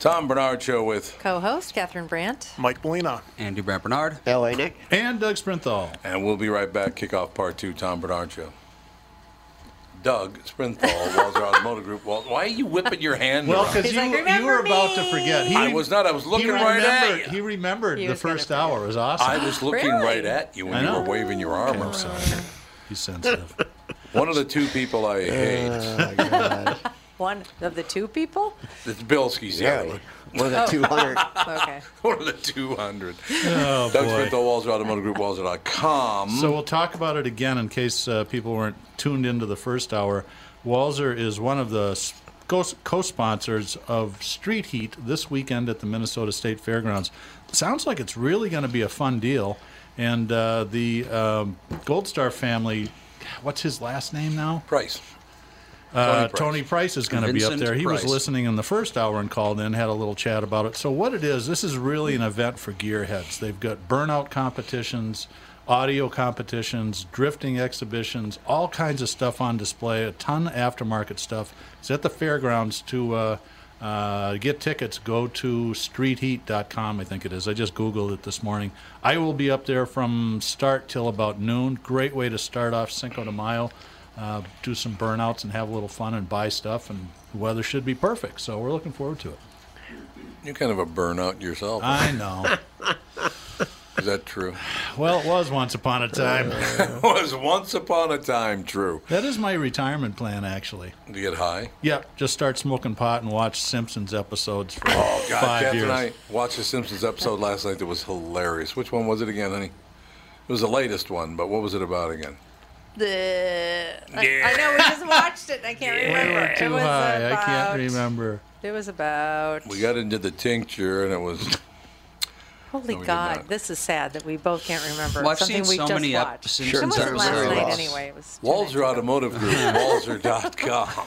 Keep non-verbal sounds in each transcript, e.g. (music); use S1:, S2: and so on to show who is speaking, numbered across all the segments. S1: Tom Bernard Show with.
S2: Co-host Catherine Brandt.
S3: Mike Molina.
S4: Andy Brant Bernard.
S5: L.A. Nick.
S6: And Doug Sprinthal.
S1: And we'll be right back. Kickoff part two, Tom Bernard Show. Doug Sprinthal, Walzer Automotive Group. Wal- why are you whipping your hand?
S6: Well,
S1: around?
S6: because you,
S2: like,
S6: you were
S2: "Remember
S6: about to
S2: me."
S6: forget.
S1: I was not. I was
S6: he
S1: looking right at
S6: remembered-
S1: you.
S6: He remembered
S2: He
S6: the
S2: was gonna
S6: first
S2: forget.
S6: hour. It was awesome.
S1: I was looking
S2: Really?
S1: right at you
S6: I
S1: when you
S6: know.
S1: were waving your arm
S6: I'm
S1: around.
S6: sorry. He's sensitive.
S1: (laughs) One of the two people
S5: Uh,
S1: I hate.
S2: One of the two people? Oh.
S1: It's Bilski
S5: Yeah.
S1: Sally.
S5: More
S1: (laughs)
S5: than 200.
S2: Okay.
S1: One of the 200.
S6: oh,
S1: Doug
S6: boy.
S1: Smith, the Walzer Automotive Group, Walzer.com.
S6: So we'll talk about it again in case uh, people weren't tuned into the first hour. Walzer is one of the s- co- co-sponsors of Street Heat this weekend at the Minnesota State Fairgrounds. Sounds like it's really going to be a fun deal, and uh, the um, Gold Star family. What's his last name now?
S1: Price.
S6: Uh,
S1: Price.
S6: Tony Price is going to be up
S4: Vincent
S6: there. He was
S4: Price.
S6: listening in the first hour and called in, had a little chat about it. So what it is, this is really an event for gearheads. They've got burnout competitions, audio competitions, drifting exhibitions, all kinds of stuff on display. A ton of aftermarket stuff. It's at the fairgrounds. To uh, uh, get tickets, go to streetheat.com. I think it is. I just googled it this morning. I will be up there from start till about noon. Great way to start off Cinco de Mayo uh, do some burnouts and have a little fun and buy stuff. And the weather should be perfect, so we're looking forward to it.
S1: You're kind of a burnout yourself.
S6: I know.
S1: (laughs) Is that true?
S6: well, it was once upon
S1: (laughs)
S6: a time.
S1: was once upon a time true.
S6: that is my retirement plan, actually.
S1: Do you get high?
S6: Yep, just start smoking pot and watch Simpsons episodes for
S1: Oh, God.
S6: five
S1: Catherine
S6: years.
S1: and I watched the Simpsons episode last night that was hilarious. Which one was it again, honey? It was the latest one, but what was it about again?
S2: (laughs) The, I, I know we just watched it. and I can't remember. it
S6: Too
S2: was
S6: high.
S2: about,
S6: I can't remember.
S2: It was about.
S1: We got into the tincture, and it was.
S2: holy
S1: No, we did
S2: God,
S1: not.
S2: this is sad that we both can't remember
S4: Well, I've
S2: something
S4: seen
S2: we
S4: so
S2: just
S4: many ep-
S2: watched.
S4: Simpsons
S2: It wasn't last
S5: episodes.
S2: night anyway. It was two nights
S1: Walzer
S2: ago. (laughs)
S1: Automotive Group, walzer.com.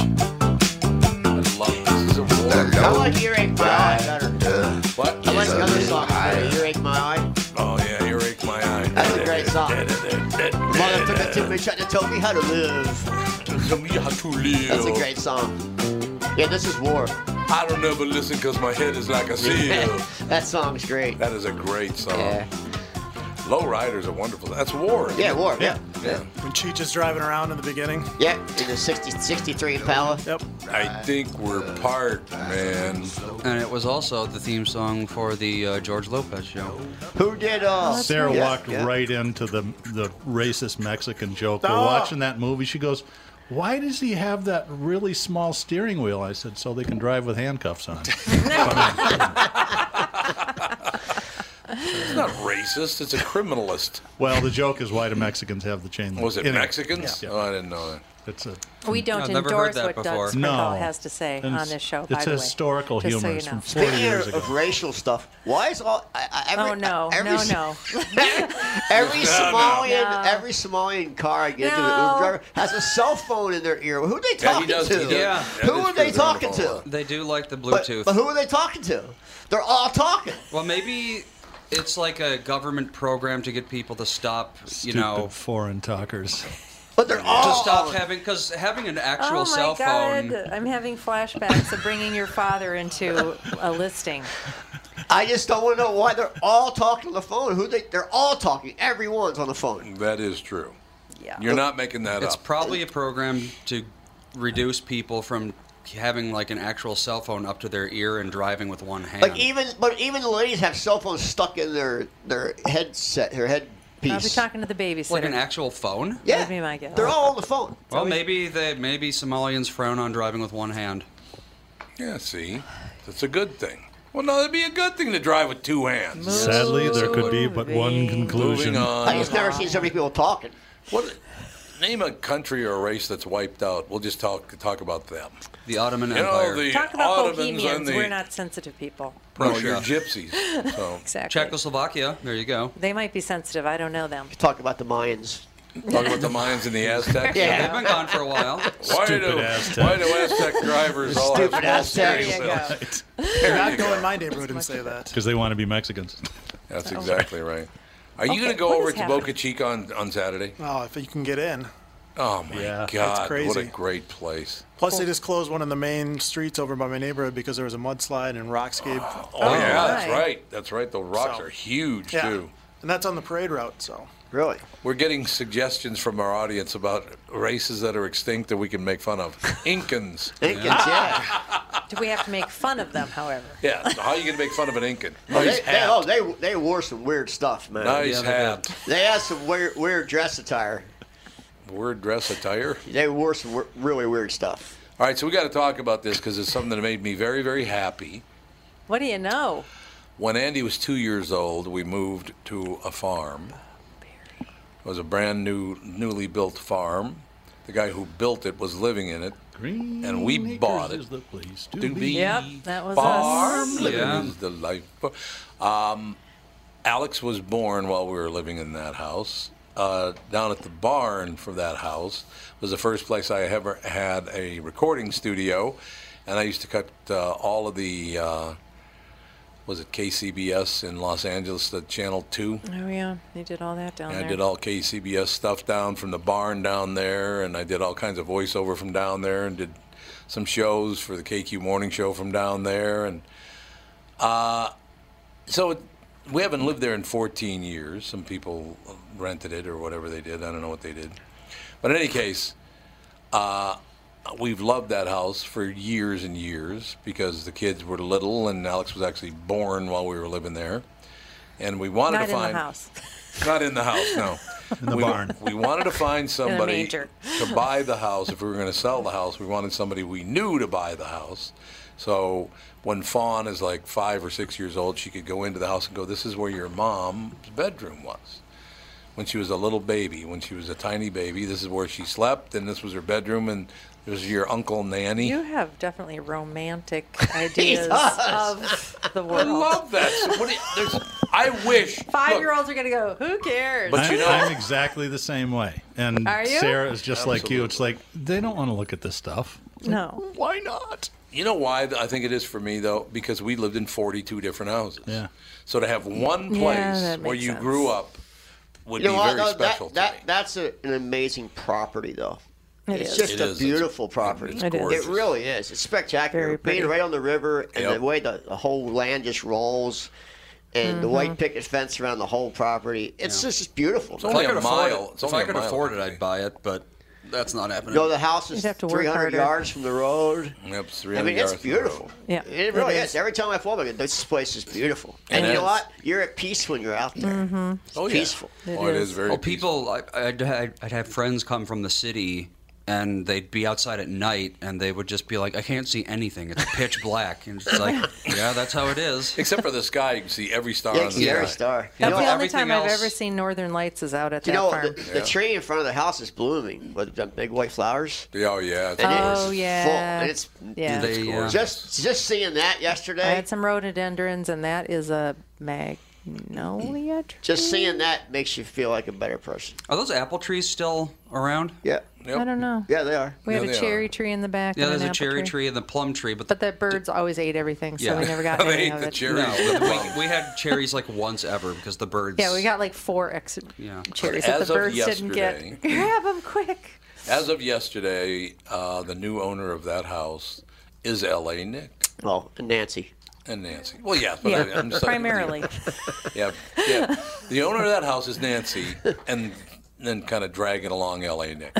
S1: I love this. This is a war.
S5: I like You Ain't My Eye better.
S1: What?
S5: I like the other song, You Ain't My Eye.
S1: Oh, yeah, you raked my eye.
S5: That's a song. Motherfucker took me, tried to tell me how to live. That's a great song. Yeah, this is war.
S1: I don't ever listen because my head is like a seal. (laughs)
S5: that song's great.
S1: that is a great song.
S5: Yeah.
S1: Low Riders are wonderful. That's war.
S5: Yeah, war. Yeah.
S1: Yeah.
S4: When Cheech is driving around in the beginning.
S5: Yeah. In the 60, 63 Impala.
S4: Yep.
S1: I think we're part, man.
S7: And it was also the theme song for the uh, George Lopez show.
S5: Who did uh, all?
S6: Oh, Sarah
S5: Yeah,
S6: walked
S5: yeah.
S6: right into the the racist Mexican joke.
S4: Ah.
S6: We're watching that movie. She goes, "Why does he have that really small steering wheel?" I said, "So they can drive with handcuffs on."
S1: It's not racist. It's a criminalist.
S6: well, the joke is why do Mexicans have the chain? link?
S1: Was it
S6: Anyway,
S1: Mexicans?
S6: Yeah.
S1: Oh, I didn't know that.
S6: It's a
S2: We don't
S7: I've never heard
S2: endorse
S7: that
S2: what
S7: before.
S2: Doug Sprinkle
S6: No.
S2: has to say
S6: And
S2: on this show.
S6: it's
S2: by the way.
S6: historical
S2: Just
S6: humor. It's
S2: So you
S6: from
S2: know.
S6: 40
S5: Speaking
S6: years
S5: of,
S6: ago.
S5: of racial stuff, why is all I, I, every,
S2: Oh no!
S5: every,
S2: No no!
S5: (laughs)
S2: (laughs)
S5: Every Somalian,
S2: No.
S5: every Somalian car I get into the
S2: No.
S5: Uber driver has a cell phone in their ear. Who are they
S1: Yeah, he
S5: talking
S1: does- he
S5: to?
S1: does. Yeah.
S5: Who
S1: That
S5: are
S1: is
S5: they
S1: true.
S5: talking to?
S7: They do like the
S5: But,
S7: Bluetooth.
S5: but who are they talking to? They're all talking.
S7: well, maybe it's like a government program to get people to stop, you know,
S6: Stupid foreign talkers.
S5: But they're all
S7: to stop having because having an actual
S2: oh my
S7: cell
S2: God!
S7: phone.
S2: I'm having flashbacks of bringing your father into a (laughs) listing.
S5: I just don't want to know why they're all talking on the phone. Who they? They're all talking. Everyone's on the phone.
S1: That is true.
S2: Yeah.
S1: You're not making that
S7: It's
S1: up.
S7: probably a program to reduce people from having like an actual cell phone up to their ear and driving with one hand.
S5: Like even, but even the ladies have cell phones stuck in their their headset, their
S2: I'll be
S5: headpiece.
S2: talking to the babysitter.
S7: like an actual phone.
S5: yeah,
S2: That'd be my guess.
S5: they're all on the phone.
S7: Well, maybe they maybe Somalians frown on driving with one hand.
S1: yeah, see? That's a good thing. Well, no, it'd be a good thing to drive with two hands.
S6: Sadly, there could be but one
S2: Moving.
S6: conclusion.
S1: Oh, Moving
S5: I
S1: on.
S5: just never seen so many people talking.
S1: What, name a country or a race that's wiped out. We'll just talk talk about them.
S7: The Ottoman
S1: You know,
S7: Empire.
S1: the
S2: Talk about
S1: Ottomans and
S2: Bohemians.
S1: the
S2: We're not sensitive people.
S1: no, you're
S7: Russia.
S1: gypsies.
S2: (laughs)
S1: So
S2: Exactly.
S7: Czechoslovakia. There you go.
S2: They might be sensitive. I don't know
S1: (laughs)
S2: them.
S5: Talk about the Mayans.
S1: talk about the
S2: (laughs)
S1: Mayans and the Aztecs.
S5: Yeah.
S7: They've been gone for a while.
S1: Why do,
S6: Stupid Aztecs.
S1: why do Aztec drivers all have
S5: Stupid
S1: small
S5: Aztecs.
S1: steering
S2: There you
S1: wheels?
S2: go.
S4: You're not going in my neighborhood and say that.
S6: Because they want to be Mexicans.
S1: That's exactly right. Are you
S2: Okay,
S1: going to go
S2: what
S1: over
S2: is
S1: to
S2: happening?
S1: Boca Chica on, on Saturday?
S4: Oh, if you can get in.
S1: Oh my
S6: Yeah. That's
S1: God! What a
S4: crazy.
S1: great place.
S4: Plus, they just closed one of the main streets over by my neighborhood because there was a mudslide and rocks gave.
S1: Oh, yeah, that's
S2: my.
S1: right. That's right. The rocks
S4: So-
S1: are huge
S4: Yeah.
S1: too.
S4: And that's on the parade route, so.
S5: Really?
S1: We're getting suggestions from our audience about races that are extinct that we can make fun of. Incans.
S5: (laughs) Incans, yeah.
S2: Do we have to make fun of them, however?
S1: yeah. so How are you going to make fun of an Incan?
S5: They,
S1: Nice
S5: they-
S1: hat.
S5: oh, they they wore some weird stuff, man.
S7: Yeah,
S1: Nice
S7: they
S1: hat.
S5: They had some weird weird dress attire.
S1: Word dress attire.
S5: They wore some we- really weird stuff.
S1: All right, so we got to talk about this because it's something that made me very, very happy.
S2: What do you know?
S1: When Andy was two years old, we moved to a farm. It was a brand new, newly built farm. The guy who built it was living in it.
S6: Green
S1: And we
S6: Acres
S1: bought it.
S6: is the place to
S1: To be
S6: be.
S2: Yep, that was
S1: farm
S2: us.
S1: living
S7: Yeah.
S1: is the life. Um, Alex was born while we were living in that house. Uh, down at the barn for that house was the first place I ever had a recording studio, and I used to cut uh, all of the. Uh, was it KCBS in Los Angeles, the Channel 2?
S2: Oh yeah, they did all that down
S1: And
S2: there.
S1: I did all KCBS stuff down from the barn down there, and I did all kinds of voiceover from down there, and did some shows for the KQ Morning Show from down there, and uh, so it, we haven't lived there in 14 years. Some people rented it or whatever they did. I don't know what they did, but in any case, uh, we've loved that house for years and years because the kids were little, and Alex was actually born while we were living there, and we wanted
S2: Not
S1: to
S2: in
S1: find
S2: the
S1: (laughs)
S2: house.
S1: not in the house, no. In
S6: the
S1: we,
S6: barn.
S1: We wanted to find somebody
S2: manger.
S1: to buy the house. If we were going to sell the house, we wanted somebody we knew to buy the house. So when Fawn is like five or six years old, she could go into the house and go, This is where your mom's bedroom was. When she was a little baby, when she was a tiny baby, this is where she slept, and this was her bedroom, and this was your uncle Nanny.
S2: You have definitely
S1: (laughs)
S2: romantic ideas
S5: does.
S2: of the
S1: I
S2: world.
S1: love that. So what do you- there's, I wish. look,
S2: Five-year-olds are gonna go. Who cares?
S1: But
S6: I'm,
S1: you know- (laughs)
S6: I'm exactly the same way. And
S2: Are you?
S6: Sarah is just like you. It's like they don't want to look at this stuff.
S2: no.
S6: Why not?
S1: You know why th- I think it is for me though, because we lived in 42 different houses.
S6: Yeah.
S1: So to have one place
S2: that
S1: where
S2: makes
S1: you
S2: sense.
S1: grew up would
S5: you know
S1: be very
S5: what, though?
S1: special
S5: That, that, that's a, an amazing property, though.
S1: It
S5: it's
S1: is.
S5: just
S1: It
S5: a
S1: is. It's-
S5: beautiful property.
S1: it's It is. gorgeous.
S5: It really is. It's spectacular.
S1: Very pretty.
S5: Being right on the river and
S1: Yep.
S5: the way the, the whole land just rolls and the white picket fence around the whole property. It's just it's beautiful.
S7: If I could afford it, if I could afford it, I'd buy it, but that's not happening.
S5: No, the house is
S7: You'd have to work
S5: 300
S7: harder.
S5: yards from the road.
S1: Yep, it's
S5: I
S1: 300
S5: mean, it's
S1: yards from the road.
S5: beautiful.
S8: Yeah,
S5: it really
S8: it
S5: is.
S8: is.
S5: Every time I fall back, this place is beautiful.
S7: And
S5: And, you know
S7: it's-
S5: what? You're at peace when you're out there.
S8: Mhm.
S5: It's
S1: Oh,
S5: peaceful.
S7: Well, Oh, people, I, I'd, I'd I'd have friends come from the city, and they'd be outside at night, and they would just be like, "I can't see anything. It's
S1: (laughs)
S7: pitch black." And it's like, yeah, that's how it is.
S1: Except for the sky, you can see every star.
S5: Yeah,
S7: on
S5: you can see every star.
S7: Yeah,
S5: You
S7: but
S5: know,
S8: the only time I've
S5: else-
S8: ever seen northern lights is out at
S5: You
S8: that
S5: know,
S8: farm.
S5: the, the tree in front of the house is blooming with the big white flowers.
S1: Oh yeah.
S5: And it's
S8: Oh,
S5: full.
S8: yeah.
S5: And it's
S8: Yeah. They, uh,
S1: um,
S5: just just seeing that yesterday.
S8: I had some rhododendrons, and that is a magnolia tree.
S5: Just seeing that makes you feel like a better person.
S7: Are those apple trees still around?
S5: Yeah.
S8: I don't know.
S5: Yeah, they are.
S8: We had a cherry tree in the back.
S7: Yeah,
S8: and
S7: there's
S8: an
S7: a
S8: apple
S7: cherry tree and the plum tree,
S8: (laughs)
S7: but the,
S8: But the birds always ate everything, so we
S1: (laughs)
S8: never (laughs) got
S7: They
S8: any
S7: ate
S8: of
S7: the
S8: it.
S7: cherries. No, but we, we had cherries like once ever because the birds.
S8: Yeah, we got like four ex-
S7: Yeah.
S8: cherries that
S1: As
S8: the
S1: of
S8: birds didn't get.
S1: yesterday-
S8: (laughs) Grab them quick.
S1: As of yesterday, uh, the new owner of that house is L.A. Nick.
S5: Well, and Nancy.
S1: And Nancy. Well, yeah. But
S8: Yeah,
S1: I, am sorry.
S8: primarily.
S1: (laughs)
S8: (laughs)
S1: yeah, yeah. The owner of that house is Nancy, and then kind of dragging along L.A. Nick.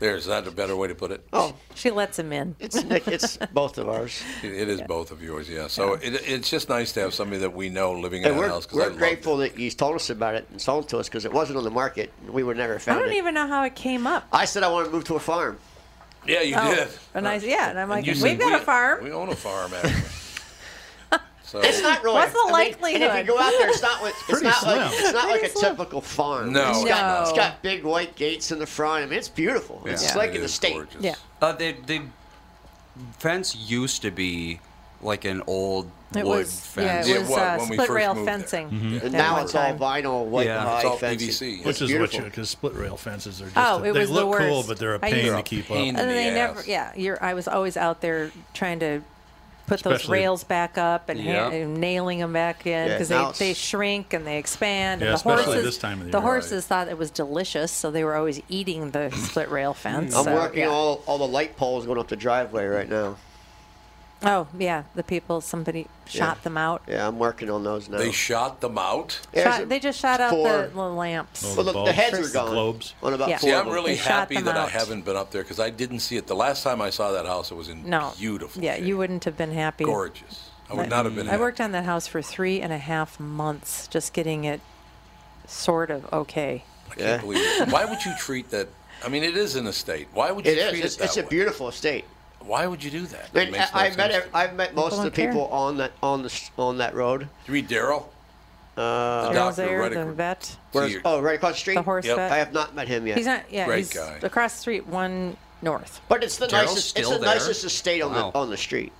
S1: There's not a better way to put it.
S5: Oh,
S8: She lets him in.
S5: It's it's both of ours.
S1: It, it is both of yours, yeah. So It, it's just nice to have somebody that we know living in
S5: And
S1: that
S5: we're,
S1: house. 'cause I
S5: we're
S1: love-
S5: grateful that you told us about it and sold it to us because it wasn't on the market. and We were never
S8: (laughs) I
S5: found
S8: don't
S5: it.
S8: even know how it came up.
S5: I said I want to move to a farm.
S1: Yeah, you
S8: Oh,
S1: did.
S8: And I, yeah, and I'm like,
S1: you
S8: we've
S1: said
S8: got a
S1: we-
S8: farm.
S1: We own a farm,
S8: (laughs)
S1: actually. So
S5: It's not really.
S8: What's the
S5: I mean,
S8: likelihood?
S5: and if you go out there, it's not. What, it's
S8: Pretty
S5: not like
S8: slim.
S5: it's not like a
S8: Pretty slim.
S5: typical farm.
S7: No,
S5: it's
S7: it's
S5: got,
S7: not.
S5: it's got big white gates in the front. I mean, it's beautiful. It's
S7: Yeah.
S5: just like
S7: It
S5: in the
S7: is
S5: state.
S8: Yeah.
S7: Uh, the the fence used to be like an old
S8: It
S7: wood
S8: was- yeah,
S7: fence.
S8: it Yeah, was, what, uh, when we split first rail moved there. fencing Mhm. at
S5: And now
S8: one
S5: it's all
S8: time.
S5: vinyl, white,
S7: Yeah.
S5: high
S7: It's all
S5: fence.
S7: PVC.
S5: It's
S6: Mm-hmm. Which is
S5: beautiful.
S6: what you because split rail fences are just
S8: Oh, it
S6: they
S8: was the
S6: look cool,
S8: worst.
S6: but they're a
S8: I
S6: pain
S8: used-
S6: to keep
S8: And
S6: up.
S8: then they never, yeah. You're, I was always out there trying to put those
S6: Especially-
S8: rails back up and,
S6: Yeah.
S8: ha- and nailing them back in
S6: Yeah,
S8: because
S6: now it's-
S8: they, they shrink and they expand.
S6: Yeah,
S8: and the
S6: especially
S8: horses,
S6: this time of the
S8: the
S6: year.
S8: horses thought it was delicious, so they were always eating
S6: (laughs)
S8: the split rail fence.
S5: I'm
S8: so,
S5: working
S8: yeah.
S5: all all the light poles going up the driveway right now.
S8: Oh yeah, the people. Somebody shot
S5: Yeah.
S8: them out.
S5: Yeah, I'm working on those now.
S1: They shot them out.
S8: Shot- they just shot out
S5: four-
S8: the, the lamps.
S6: Oh,
S5: Well, the- the heads are gone.
S6: Globes.
S5: On about
S8: Yeah.
S5: four
S1: See,
S5: of
S1: I'm
S5: them.
S1: really
S8: They shot
S1: happy
S8: them
S1: that I
S8: out.
S1: haven't been up there because I didn't see it. The last time I saw that house, it was in
S8: No.
S1: beautiful,
S8: Yeah, you wouldn't have been happy.
S1: gorgeous. I would
S8: But
S1: not have been.
S8: I
S1: happy.
S8: worked on that house for three and a half months, just getting it sort of okay.
S1: I can't believe it. Why would you treat that? I mean, it is an estate. Why would you
S5: It is.
S1: treat
S5: It's-
S1: it that
S5: it's a
S1: way?
S5: beautiful estate.
S1: Why would you do that?
S5: And
S1: It makes no
S5: I, I met
S1: sense to
S5: ev- I've met most of
S1: People
S5: the
S1: don't care.
S5: people on that on the s- on that road.
S1: You meet Daryl?
S5: Uh,
S1: The Daryl's doctor there, right ac- the
S8: vet.
S5: Where's,
S1: See,
S5: oh, right across the street.
S8: The horse Yep. vet.
S5: I have not met him yet.
S8: He's not. Yeah, he's across the street, one north.
S5: But it's the
S8: Daryl's
S5: nicest. It's
S8: still
S5: the
S8: there?
S5: nicest estate on
S8: Wow.
S5: the on the street.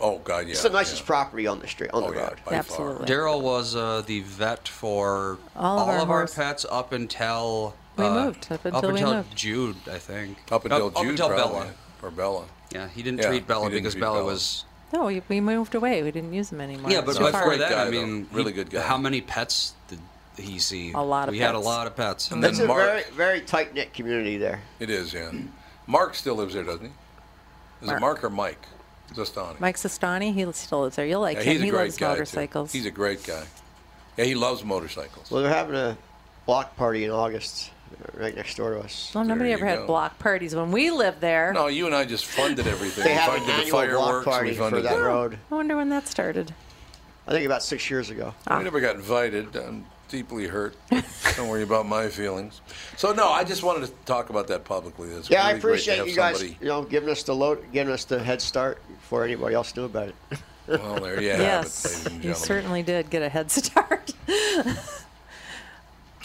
S1: Oh God, yeah. Oh,
S5: it's the nicest property on the street on the road.
S8: Absolutely.
S7: Daryl was uh, the vet for
S8: All of our horse-
S7: pets up until
S8: We
S7: uh,
S8: moved, up until we
S7: until
S8: moved.
S7: Jude, I think.
S1: Up until
S7: up
S1: Jude,
S7: until
S1: probably,
S7: Bella
S1: or Bella.
S7: Yeah, he didn't
S1: Yeah,
S7: treat Bella
S1: he didn't
S7: because
S1: treat
S7: Bella,
S1: Bella.
S7: was.
S8: No, we, we moved away. We didn't use them anymore.
S7: Yeah,
S8: It's
S7: but
S8: too far.
S7: before that, I
S1: though.
S7: mean,
S1: Really
S7: good guy. How many pets did he see?
S8: A lot of
S7: We had a
S8: pets.
S7: lot of pets.
S5: It's a very very tight knit community there.
S1: It is, yeah. Mark still lives there, doesn't he? Is it Mark or Mike? Just on it.
S8: Mike Sestani, he still lives there. You'll like
S1: Yeah,
S8: him.
S1: he's a
S8: he
S1: great
S8: loves
S1: guy too.
S8: motorcycles.
S1: He's a great guy. Yeah, he loves motorcycles.
S5: Well, they're having a block party in August, right next door to us.
S8: Well, nobody
S1: you
S8: ever
S1: go.
S8: had block parties when we lived there.
S1: No, you and I just funded everything.
S5: They
S1: we
S5: have an
S1: funded the
S5: annual block
S1: fireworks.
S5: party
S1: we
S5: for
S1: funded
S5: that
S1: the-
S5: road.
S8: I wonder when that started.
S5: I think about six years ago.
S8: Ah.
S1: We never got invited. I'm deeply hurt. Don't worry about my feelings. So no, I just wanted to talk about that publicly. It's
S5: yeah, I
S1: really great to
S5: appreciate
S1: have
S5: you guys,
S1: somebody-
S5: you know, giving us the load, giving us the head start before anybody else knew about it.
S1: Well,
S5: (laughs)
S1: there you have it, ladies
S8: yes,
S1: and
S8: you
S1: gentlemen.
S8: certainly did get a head start.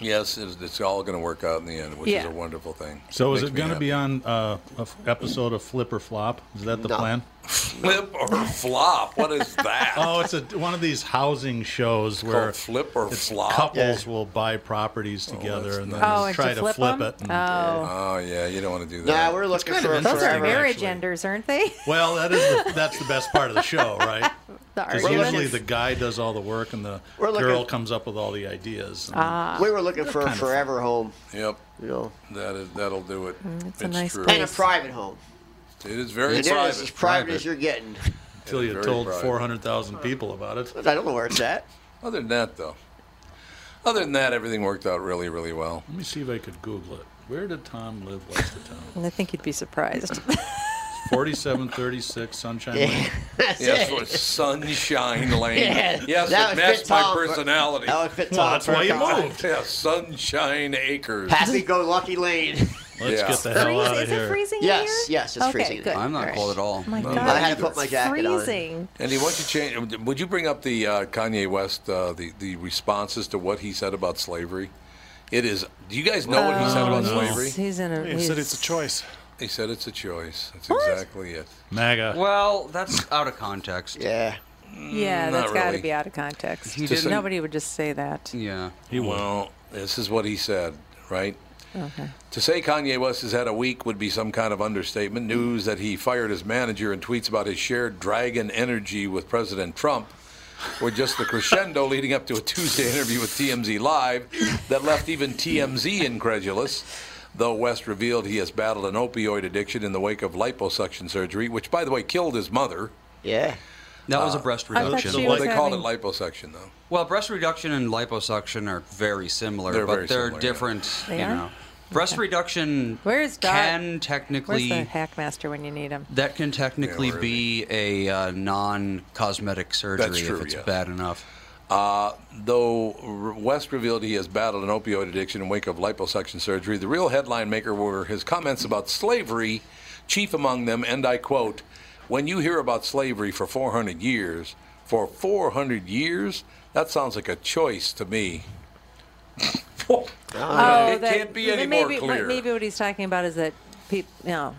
S1: Yes, it's, it's all going to work out in the end, which is
S8: Yeah.
S1: a wonderful thing.
S6: So is
S1: Makes
S6: it
S1: me
S6: going to
S1: happy.
S6: be on uh, a f- episode of Flip or Flop? Is that the
S1: No.
S6: plan?
S1: flip or flop? What is that?
S6: Oh, it's a, one of these housing shows (laughs) where
S1: called Flip or
S6: it's
S1: Flop?
S6: Couples will buy properties together and then
S8: nice. Oh, and
S6: try
S8: to
S6: to
S8: flip
S6: flip,
S8: 'em?
S6: it. and-
S8: Oh.
S1: Oh yeah, you don't want to do
S5: Nah,
S1: that.
S5: we're looking
S6: kinda
S5: for a
S6: been
S8: Those
S6: forever,
S8: are marriage
S6: actually.
S8: enders, aren't they?
S6: Well, that is the, that's the best part of the show, right?
S8: the
S6: Because
S8: argument.
S6: usually the guy does all the work and the
S5: We're looking-
S6: girl comes up with all the ideas. and
S8: Ah.
S5: we were looking
S6: they're
S5: for a
S6: kind of-
S5: forever home.
S1: Yep.
S5: You know.
S1: That is, that'll do it.
S5: Mm,
S8: it's a nice
S1: true.
S5: And a private home.
S1: It is very
S5: It is
S1: private.
S5: as private as you're getting.
S6: Until you
S1: Very
S6: told
S1: private.
S6: 400,000 people about it.
S5: I don't know where it's at.
S1: Other than that, though, other than that, everything worked out really, really well.
S6: Let me see if I could Google it. Where did Tom live west of town?
S8: I think you'd be surprised.
S6: 4736 Sunshine
S8: Yeah,
S5: (laughs)
S6: Lane.
S8: that's
S1: yes,
S8: it.
S1: for Sunshine Lane.
S5: Yeah,
S1: yes,
S5: that
S1: it
S5: would
S1: matched
S5: fit
S1: my
S5: Tom for-
S1: personality.
S5: that would fit Well, Tom that's for why a you guy. moved.
S1: Yeah, Sunshine Acres.
S8: (laughs)
S5: Happy go lucky lane.
S1: Let's Yeah. get the hell Freeze- outta is it here. freezing in
S5: Yes,
S1: here?
S5: yes, it's
S1: Okay,
S5: freezing.
S1: good. I'm not All right. cold at all.
S5: I
S1: My No, God.
S5: had to
S1: neither.
S5: put my jacket on.
S2: freezing.
S1: Andy, why don't you change? Would you bring up the uh, Kanye West, uh, the the responses to what he said about slavery? It is. Do you guys know what he said about slavery?
S8: He's in a. he's-
S1: choice. He said it's a choice. That's exactly it.
S6: MAGA.
S7: Well, that's out of context.
S5: Yeah.
S1: Mm,
S6: Mm,
S8: Yeah, that's got to be out of
S1: He
S8: context.
S1: Just didn't-
S8: Nobody would just say that.
S7: Yeah.
S6: He
S1: well, this is what he said, right?
S8: Okay.
S1: To say Kanye West has had a week would be some kind of understatement. News that he fired his manager and tweets about his shared dragon energy with President Trump were just the crescendo (laughs) leading up to a Tuesday interview with TMZ Live that left even TMZ incredulous. Though West revealed he has battled an opioid addiction in the wake of liposuction surgery, which, by the way, killed his mother.
S5: Yeah.
S7: That was a breast
S1: I thought
S7: reduction.
S1: she was They called it having- liposuction, though.
S7: Well, breast reduction and liposuction are very similar,
S1: They're
S7: but
S1: very
S7: they're
S1: similar, yeah.
S7: different.
S8: They
S7: you
S8: are?
S7: know, breast
S8: (laughs)
S7: reduction
S8: Where is Doc?
S7: can
S8: Where's
S7: technically
S8: the hackmaster when you need him?
S7: that can technically be a uh, non-cosmetic surgery
S1: That's true,
S7: if it's
S1: yeah.
S7: bad enough.
S1: Uh, though R- West revealed he has battled an opioid addiction in wake of liposuction surgery, the real headline maker were his comments about slavery, chief among them, and I quote, When you hear about slavery for 400 years, for 400 years, that sounds like a choice to me. (laughs)
S7: Uh,
S1: it
S8: Oh, that-
S1: can't be any
S8: maybe,
S1: more clear.
S8: Maybe what he's talking about is that people, you know,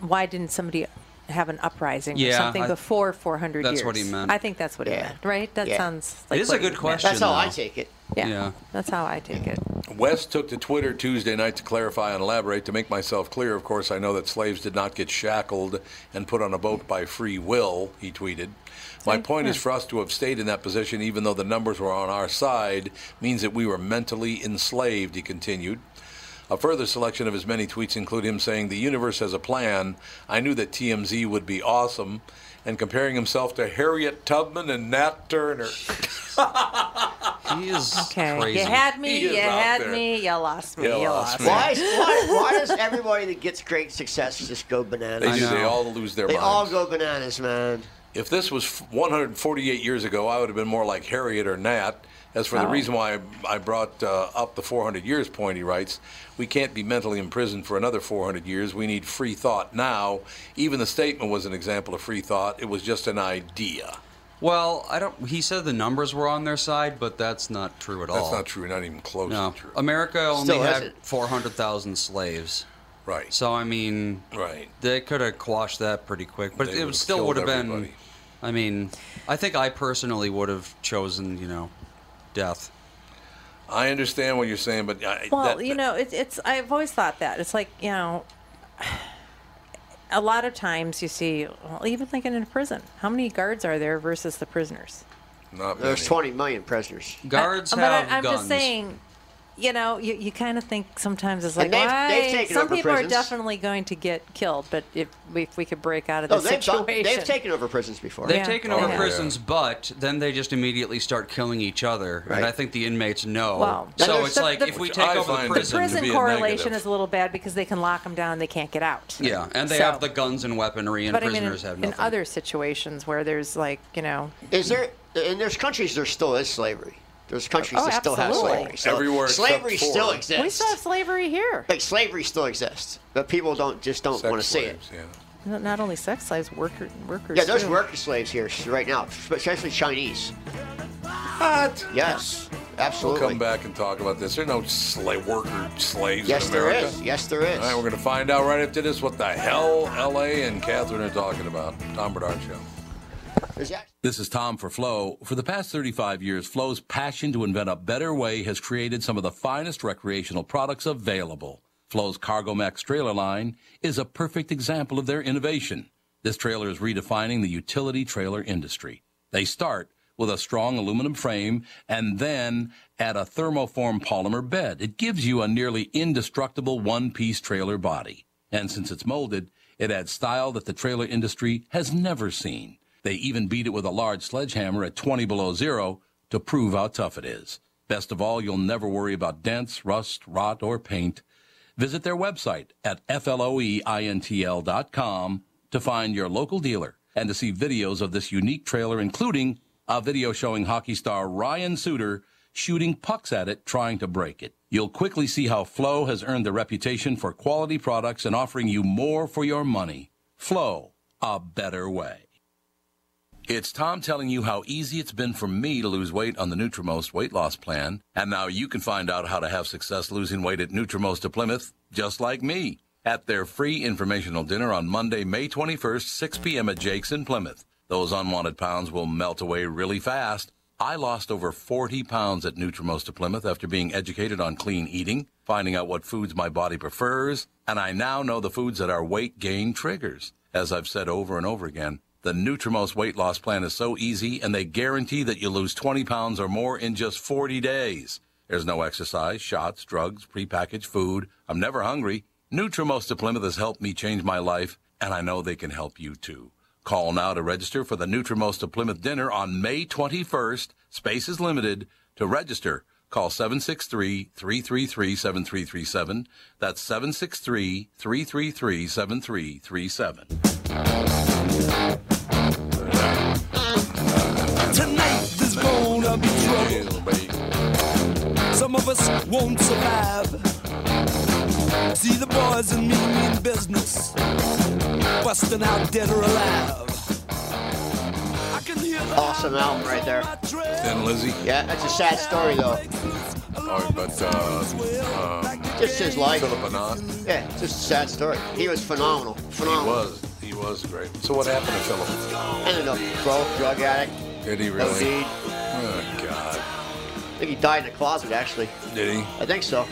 S8: why didn't somebody have an uprising or
S7: Yeah,
S8: something
S7: I-
S8: before 400
S7: that's
S8: years?
S7: what he meant.
S8: I think that's what he
S7: Yeah.
S8: meant, right? That
S7: Yeah.
S8: sounds
S7: It
S8: like
S7: is a
S8: what
S7: good
S8: he meant.
S7: question, That's how I though. take
S5: it.
S8: Yeah.
S7: Yeah.
S8: That's how I take it.
S1: West took to Twitter Tuesday night to clarify and elaborate. To make myself clear, of course, I know that slaves did not get shackled and put on a boat by free will, he tweeted. My point is for us to have stayed in that position, even though the numbers were on our side, means that we were mentally enslaved, he continued. A further selection of his many tweets include him saying, The universe has a plan. I knew that TMZ would be awesome. And comparing himself to Harriet Tubman and Nat Turner.
S7: he is
S8: Okay. You had me, you had me, you lost me,
S1: You
S8: you,
S1: lost
S8: lost
S1: me.
S8: me.
S5: Why, why, why does everybody that gets great success just go bananas?
S1: They, do, they all lose their
S5: They
S1: minds.
S5: all go bananas, man.
S1: If this was f- 148 years ago, I would have been more like Harriet or Nat. As for the
S5: Oh.
S1: reason why I I brought uh, up the 400 years point, he writes, we can't be mentally imprisoned for another 400 years. We need free thought now. Even the statement was an example of free thought. It was just an idea.
S7: Well, I don't. He said the numbers were on their side, but that's not true at all.
S1: That's not true. Not even close
S7: No,
S1: to true.
S7: America only
S1: Still
S7: had
S1: hasn't.
S7: 400,000 slaves.
S1: Right.
S7: So I mean,
S1: right.
S7: They could have quashed that pretty quick, but
S1: They
S7: it
S1: would've
S7: still
S1: killed
S7: would have been.
S1: everybody.
S7: I mean, I think I personally would have chosen, you know, death.
S1: I understand what you're saying, but I,
S8: Well,
S1: that-
S8: you know, it's it's. I've always thought that it's like you know, (sighs) a lot of times you see, well, even like in a prison, how many guards are there versus the prisoners?
S1: Not
S5: There's 20
S8: many.
S5: million prisoners.
S7: Guards
S8: but I, I'm just saying, (laughs) you know, you, you kind of think sometimes it's like,
S5: And they've-
S8: why?
S5: they've taken
S8: Some
S5: over
S8: people
S5: prisons.
S8: are definitely going to get killed, but if we, if we could break out of
S5: No,
S8: the
S5: they've,
S8: situation,
S5: done,
S8: Oh,
S5: they've taken over prisons before.
S7: They've taken
S1: Oh,
S7: over prisons, but then they just immediately start killing each other, and I think the inmates know.
S8: Well,
S7: so
S8: there's
S7: it's
S8: the-
S7: like
S8: the-
S7: if we
S8: Which
S7: take
S8: I
S7: over the
S8: find
S7: prison,
S8: the prison correlation is a little bad because they can lock them down and they can't get out.
S7: yeah, and they
S8: So-
S7: have the guns and weaponry, and
S8: but
S7: prisoners
S8: I mean,
S7: have
S8: in,
S7: nothing.
S8: in other situations where there's like, you know,
S5: Is there? And there's countries there still is slavery. There's countries
S8: Oh,
S5: that still
S8: absolutely.
S5: have slavery. So
S1: Everywhere except
S5: slavery
S1: for-
S5: still
S1: We
S5: exists.
S8: we still have slavery here.
S5: like slavery still exists, but people don't just don't want to see it.
S8: Not not only sex slaves, worker, workers.
S5: Yeah, there's
S8: too.
S5: worker slaves here right now, especially Chinese.
S1: What?
S5: Yes,
S1: We'll
S5: absolutely.
S1: come back and talk about this. There are no sla- worker slaves
S5: Yes,
S1: in
S5: there
S1: America.
S5: is. Yes, there is.
S1: All right, we're going to find out right after this what the hell LA and Catherine are talking about. Tom Bernard Show. This is Tom for Flow. For the past 35 years, Flow's passion to invent a better way has created some of the finest recreational products available. Flow's Cargo Max trailer line is a perfect example of their innovation. This trailer is redefining the utility trailer industry. They start with a strong aluminum frame and then add a thermoform polymer bed. It gives you a nearly indestructible one piece trailer body. And since it's molded, it adds style that the trailer industry has never seen. They even beat it with a large sledgehammer at 20 below zero to prove how tough it is. Best of all, you'll never worry about dents, rust, rot, or paint. Visit their website at E floeintl.com to find your local dealer and to see videos of this unique trailer, including a video showing hockey star Ryan Suter shooting pucks at it, trying to break it. You'll quickly see how Flow has earned the reputation for quality products and offering you more for your money. Flow, a better way. It's Tom telling you how easy it's been for me to lose weight on the Nutrimost weight loss plan, and now you can find out how to have success losing weight at Nutrimost of Plymouth, just like me, at their free informational dinner on Monday, May 21st, 6 p.m. at Jake's in Plymouth. Those unwanted pounds will melt away really fast. I lost over 40 pounds at Nutrimost of Plymouth after being educated on clean eating, finding out what foods my body prefers, and I now know the foods that are weight gain triggers. As I've said over and over again, the Nutrimost weight loss plan is so easy and they guarantee that you lose 20 pounds or more in just 40 days. There's no exercise, shots, drugs, prepackaged food. I'm never hungry. Nutrimost of Plymouth has helped me change my life, and I know they can help you too. Call now to register for the Nutrimost of Plymouth dinner on May 21st. Space is limited. To register, call 763-333-7337. That's 763-333-7337.
S9: Tonight there's gonna be trouble. Some of us won't survive. See the boys and me in business, busting out dead or alive. I can hear the
S5: Awesome album right there.
S3: Thin Lizzy.
S5: Yeah, that's a sad story though.
S3: Oh, but uh, um,
S5: Just his life.
S3: Philip Anand.
S5: Yeah, just a sad story. He was phenomenal.
S3: He
S5: Phenomenal.
S3: was. He was great. So what happened to Philip?
S5: Ended up broke, drug addict.
S3: Did he really?
S5: OD'd.
S3: Oh God.
S5: I think he died in a closet actually.
S3: Did he?
S5: I think so.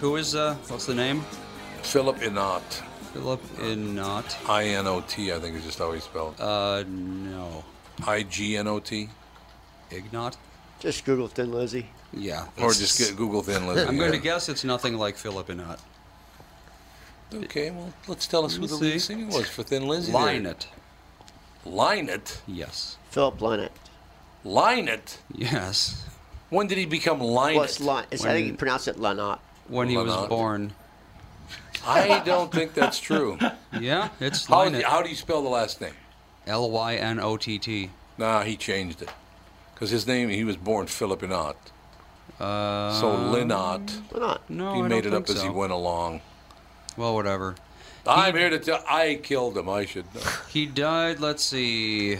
S7: Who is uh? What's the name?
S3: Philip Inot.
S7: Philip Inot.
S3: I N O T. I think is just how he's spelled.
S7: Uh, no.
S3: I G N O T.
S7: Ignot.
S5: Just Google Thin Lizzy.
S7: Yeah.
S3: Or just get Google Thin Lizzy.
S7: I'm going to
S3: yeah.
S7: guess it's nothing like Philip Inot.
S3: Okay, well, let's tell us who the
S7: We'll
S3: lead
S7: see.
S3: singer was for Thin Lizzy. there.
S7: Line it.
S3: Line it.
S7: Yes.
S5: Philip Lynott.
S3: Line it.
S7: Yes.
S3: When did he become Line
S5: Well, it's
S3: it?
S5: Lynott. I think you pronounce it Lynott.
S7: When he was
S3: Lynott.
S7: born.
S3: I don't think that's true.
S7: (laughs) Yeah, it's
S3: How,
S7: Line it.
S3: how do you spell the last name?
S7: L Y N O T T.
S3: Nah, he changed it. Because his name, he was born Philip Inot.
S7: Uh,
S3: So Linot,
S5: Lynott.
S7: No,
S3: he
S7: I
S3: made
S7: don't
S3: it up
S7: think
S3: as he
S7: so.
S3: went along.
S7: Well, whatever.
S3: I'm here to tell, I killed him. I should know.
S7: (laughs) He died. Let's see,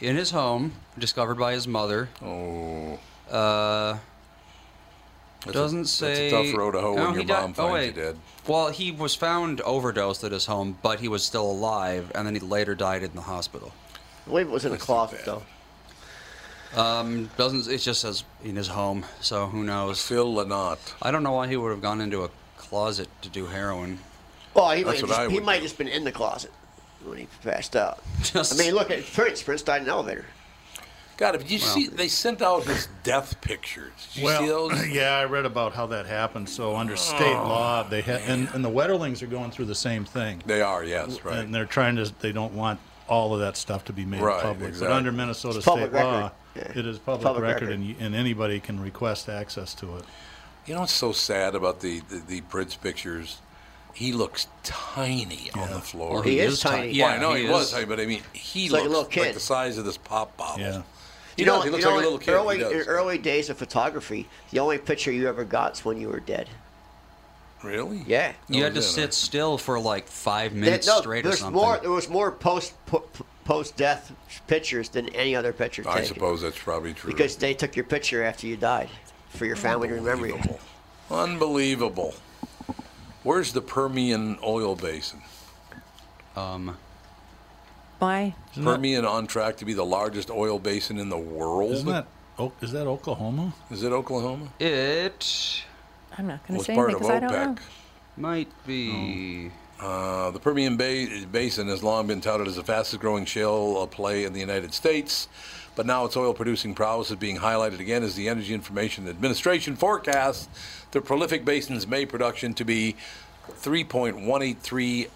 S7: in his home, discovered by his mother.
S3: Oh.
S7: Uh,
S3: That's a-
S7: doesn't
S3: that's
S7: say.
S3: a tough road to hoe
S7: No,
S3: when
S7: he
S3: your
S7: died-
S3: mom
S7: oh,
S3: finds you
S7: wait.
S3: dead.
S7: Well, he was found overdosed at his home, but he was still alive, and then he later died in the hospital.
S5: (laughs) I believe it was in a closet though.
S7: Um, doesn't it just says in his home? So who knows?
S3: Phil Linot.
S7: I don't know why he would have gone into a closet to do heroin.
S5: Well, Oh, he might
S3: That's
S5: have
S3: what I
S5: just, he
S3: would
S5: might
S3: do.
S5: have just been in the closet when he passed out.
S7: Just
S5: I mean, look at Prince. Prince died in an elevator.
S3: God, did you
S7: Well.
S3: see? They sent out his death pictures. Did you see those?
S6: (laughs)
S3: Oh,
S6: yeah, I read about how that happened. So under state law, they ha- and, and the Wetterlings are going through the same thing,
S3: They are, yes, right.
S6: and they're trying to. They don't want all of that stuff to be made
S3: Right,
S6: public.
S3: exactly.
S6: But under Minnesota
S5: It's
S6: state
S5: public
S6: law,
S5: record.
S6: it is public,
S5: Public
S6: record,
S5: record.
S6: And, you, and anybody can request access to it.
S3: You know what's so sad about the, the, the Prince pictures? He looks tiny on the floor.
S7: Well,
S5: He is
S7: ti-
S5: tiny.
S7: Yeah,
S3: Well, I know he, was
S7: is.
S3: tiny, but I mean, he
S5: He's like a
S3: looks like,
S5: little kid.
S3: the size of this pop bottle.
S6: Yeah.
S3: He does. He looks like a little kid.
S5: Early, er,
S3: he does.
S5: In early days of photography, the only picture you ever got is when you were dead.
S3: Really?
S5: Yeah.
S7: You had to
S3: Yeah, no.
S7: sit still for like five minutes
S5: There- no,
S7: straight or
S5: there's
S7: something.
S5: more. There was more post post death pictures than any other picture
S3: I
S5: taken.
S3: suppose that's probably true.
S5: because they took your picture after you died for your family to remember you.
S3: Unbelievable. Unbelievable. Where's the Permian oil basin?
S7: Um,
S8: Why?
S3: Permian on track to be the largest oil basin in the world.
S6: Isn't that? Oh, is that Oklahoma?
S3: Is it Oklahoma?
S7: it
S8: I'm not going to
S3: Well, it's
S8: say
S3: part
S8: anything
S3: of
S8: because I don't
S3: OPEC.
S8: know.
S7: might be.
S1: Uh, the Permian Bay- Basin has long been touted as the fastest growing shale uh, play in the United States, but now its oil producing prowess is being highlighted again as the Energy Information Administration forecasts the prolific basin's May production to be 3.183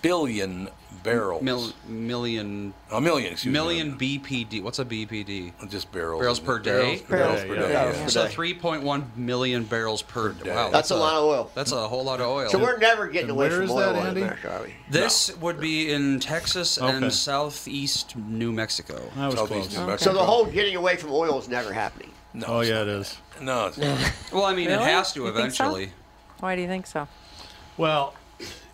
S1: billion barrels.
S7: Mil- million.
S1: A million, excuse me.
S7: million BPD. What's a BPD?
S1: Just barrels.
S7: Barrels per day.
S1: Barrels per Barrels day, per yeah. day. Barrels per
S7: So
S1: day.
S7: 3.1 million barrels per, day. Wow,
S5: That's a lot of oil.
S7: That's a whole lot of oil.
S5: So we're never getting away from oil in
S7: Andy?
S5: America, are we?
S7: This would be in Texas
S5: Okay.
S7: and southeast New Mexico.
S5: That was
S1: Southeast close. New
S5: So the whole getting away from oil is never happening.
S1: No,
S6: oh yeah, it is.
S1: No, it's
S8: (laughs)
S5: not.
S7: well, I mean,
S8: Really?
S7: it has to
S8: You think so?
S7: eventually.
S8: Why do you think so?
S6: Well,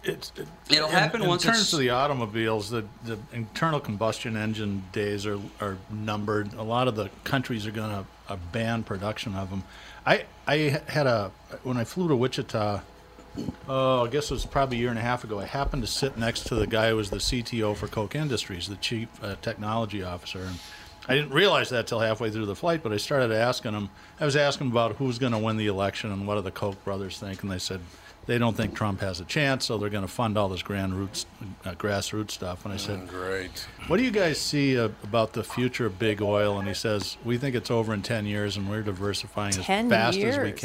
S6: it's it,
S7: It'll
S6: in-
S7: happen
S6: in
S7: once
S6: terms
S7: it's-
S6: of the automobiles. The, the internal combustion engine days are are numbered. A lot of the countries are going to uh, ban production of them. I I had a when I flew to Wichita. Oh, I guess it was probably a year and a half ago. I happened to sit next to the guy who was the CTO for Koch Industries, the chief uh, technology officer, and I didn't realize that till halfway through the flight. But I started asking him. I was asking about who's going to win the election and what do the Koch brothers think, and they said they don't think Trump has a chance, so they're going to fund all this grand roots, uh, grassroots stuff. And I said,
S1: Mm, Great.
S6: "What do you guys see uh, about the future of big oil?" And he says, "We think it's over in ten years, and we're diversifying as
S5: 10
S6: fast as we
S5: years.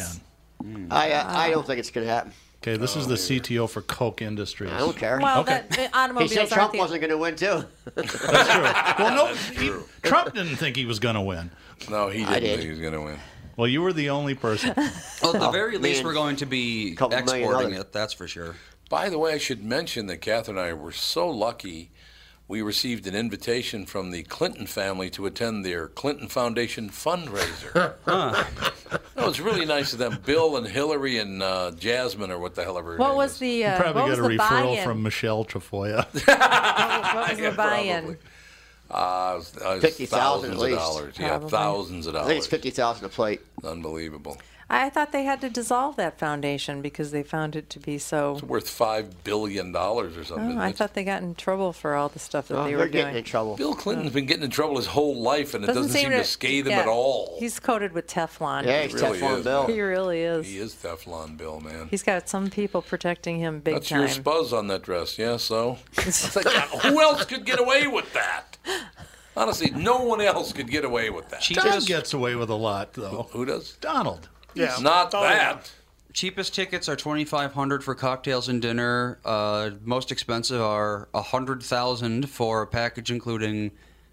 S6: can."
S5: I, uh, I don't think it's going to happen.
S6: Okay, this
S1: Oh,
S6: is the CTO for Coke Industries.
S5: I don't care.
S8: Well,
S6: okay.
S1: (laughs)
S8: that, the
S5: He
S8: automobiles
S5: said
S8: aren't
S5: Trump
S8: the-
S5: wasn't going to win too.
S6: well, no, he- Trump didn't think he was going to win.
S1: No, he
S6: I
S1: didn't
S6: did.
S1: think he was going to win.
S6: Well, you were the
S8: (laughs)
S6: only person.
S7: Well, at the
S6: Oh,
S7: very least,
S6: man.
S7: we're going to be
S6: Couple million
S7: exporting
S6: other-
S7: it. That's for sure.
S1: By the way, I should mention that Catherine and I were so lucky. We received an invitation from the Clinton family to attend their Clinton
S7: (laughs)
S1: Foundation fundraiser. That was really nice of them. Bill and Hillary and uh, Jasmine, or what the hell ever.
S8: What was the
S6: You
S8: uh,
S6: probably
S8: what
S6: got
S8: was
S6: a
S8: the
S6: referral
S8: buy-in?
S6: from Michelle Trefoya. (laughs)
S7: (laughs)
S8: what was the buy-in?
S1: Uh, it was- it was
S5: Fifty thousand
S1: thousands
S5: at
S1: of
S5: least.
S1: dollars. Yeah, thousands of
S5: I
S1: dollars.
S5: think it's fifty thousand a plate.
S1: Unbelievable.
S8: I thought they had to dissolve that foundation because they found it to be so.
S1: Worth five billion dollars or something.
S8: Oh,
S1: isn't
S8: I
S1: it?
S8: thought they got in trouble for all the stuff
S5: Oh,
S8: that they were doing.
S1: Bill Clinton's been getting in trouble his whole life, and it doesn't, seem to scathe him
S8: yeah.
S1: at all.
S8: He's coated with Teflon.
S1: Yeah, he's He really Teflon is, Bill. man.
S8: He really is.
S1: He is Teflon Bill, man.
S8: He's got some people protecting him big
S1: That's
S8: time.
S1: your spuzz on that dress, yeah.
S8: (laughs)
S1: So, It's like, who else could get away with that? Honestly, no one else could get away with that.
S6: Don gets away with a lot, though.
S1: Who does?
S6: Donald.
S1: Yeah. Not that.
S7: Cheapest tickets are twenty five hundred for cocktails and dinner. Uh, most expensive are hundred thousand for a package including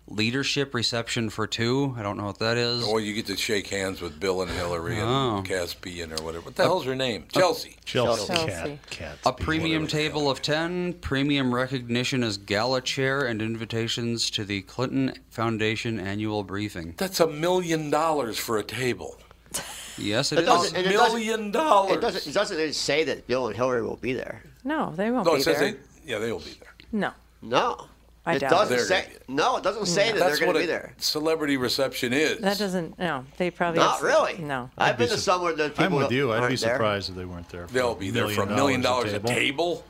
S7: leadership reception for two. I don't know what that is.
S1: Or you get to shake hands with Bill and Hillary
S7: Oh.
S1: and Caspian or whatever. What the hell's her name? Chelsea.
S7: Chelsea. Chelsea. Cat- A premium table of 10, premium recognition as gala chair, and invitations to the Clinton Foundation annual briefing.
S1: That's a million dollars for a table.
S7: Yes,
S5: It
S7: it is.
S5: doesn't- and it doesn't- It doesn't, it doesn't even say that Bill and Hillary will be there.
S8: No, they won't
S5: No, it
S8: be
S5: says
S8: there.
S5: they-
S1: Yeah, they will be there.
S8: No.
S1: (laughs)
S5: No.
S8: I
S5: it
S8: doubt
S5: doesn't
S8: it.
S5: say. No, it doesn't say that
S1: Mm. That's
S5: they're
S1: what
S5: going to be
S1: a
S5: there.
S1: Celebrity reception is.
S8: (laughs) That doesn't. No, they probably
S5: Not really.
S8: No.
S5: I've been to somewhere that people
S6: I'm with you. I'd be
S5: aren't there.
S6: surprised if they weren't there. for
S1: They'll be there for a million dollars a table.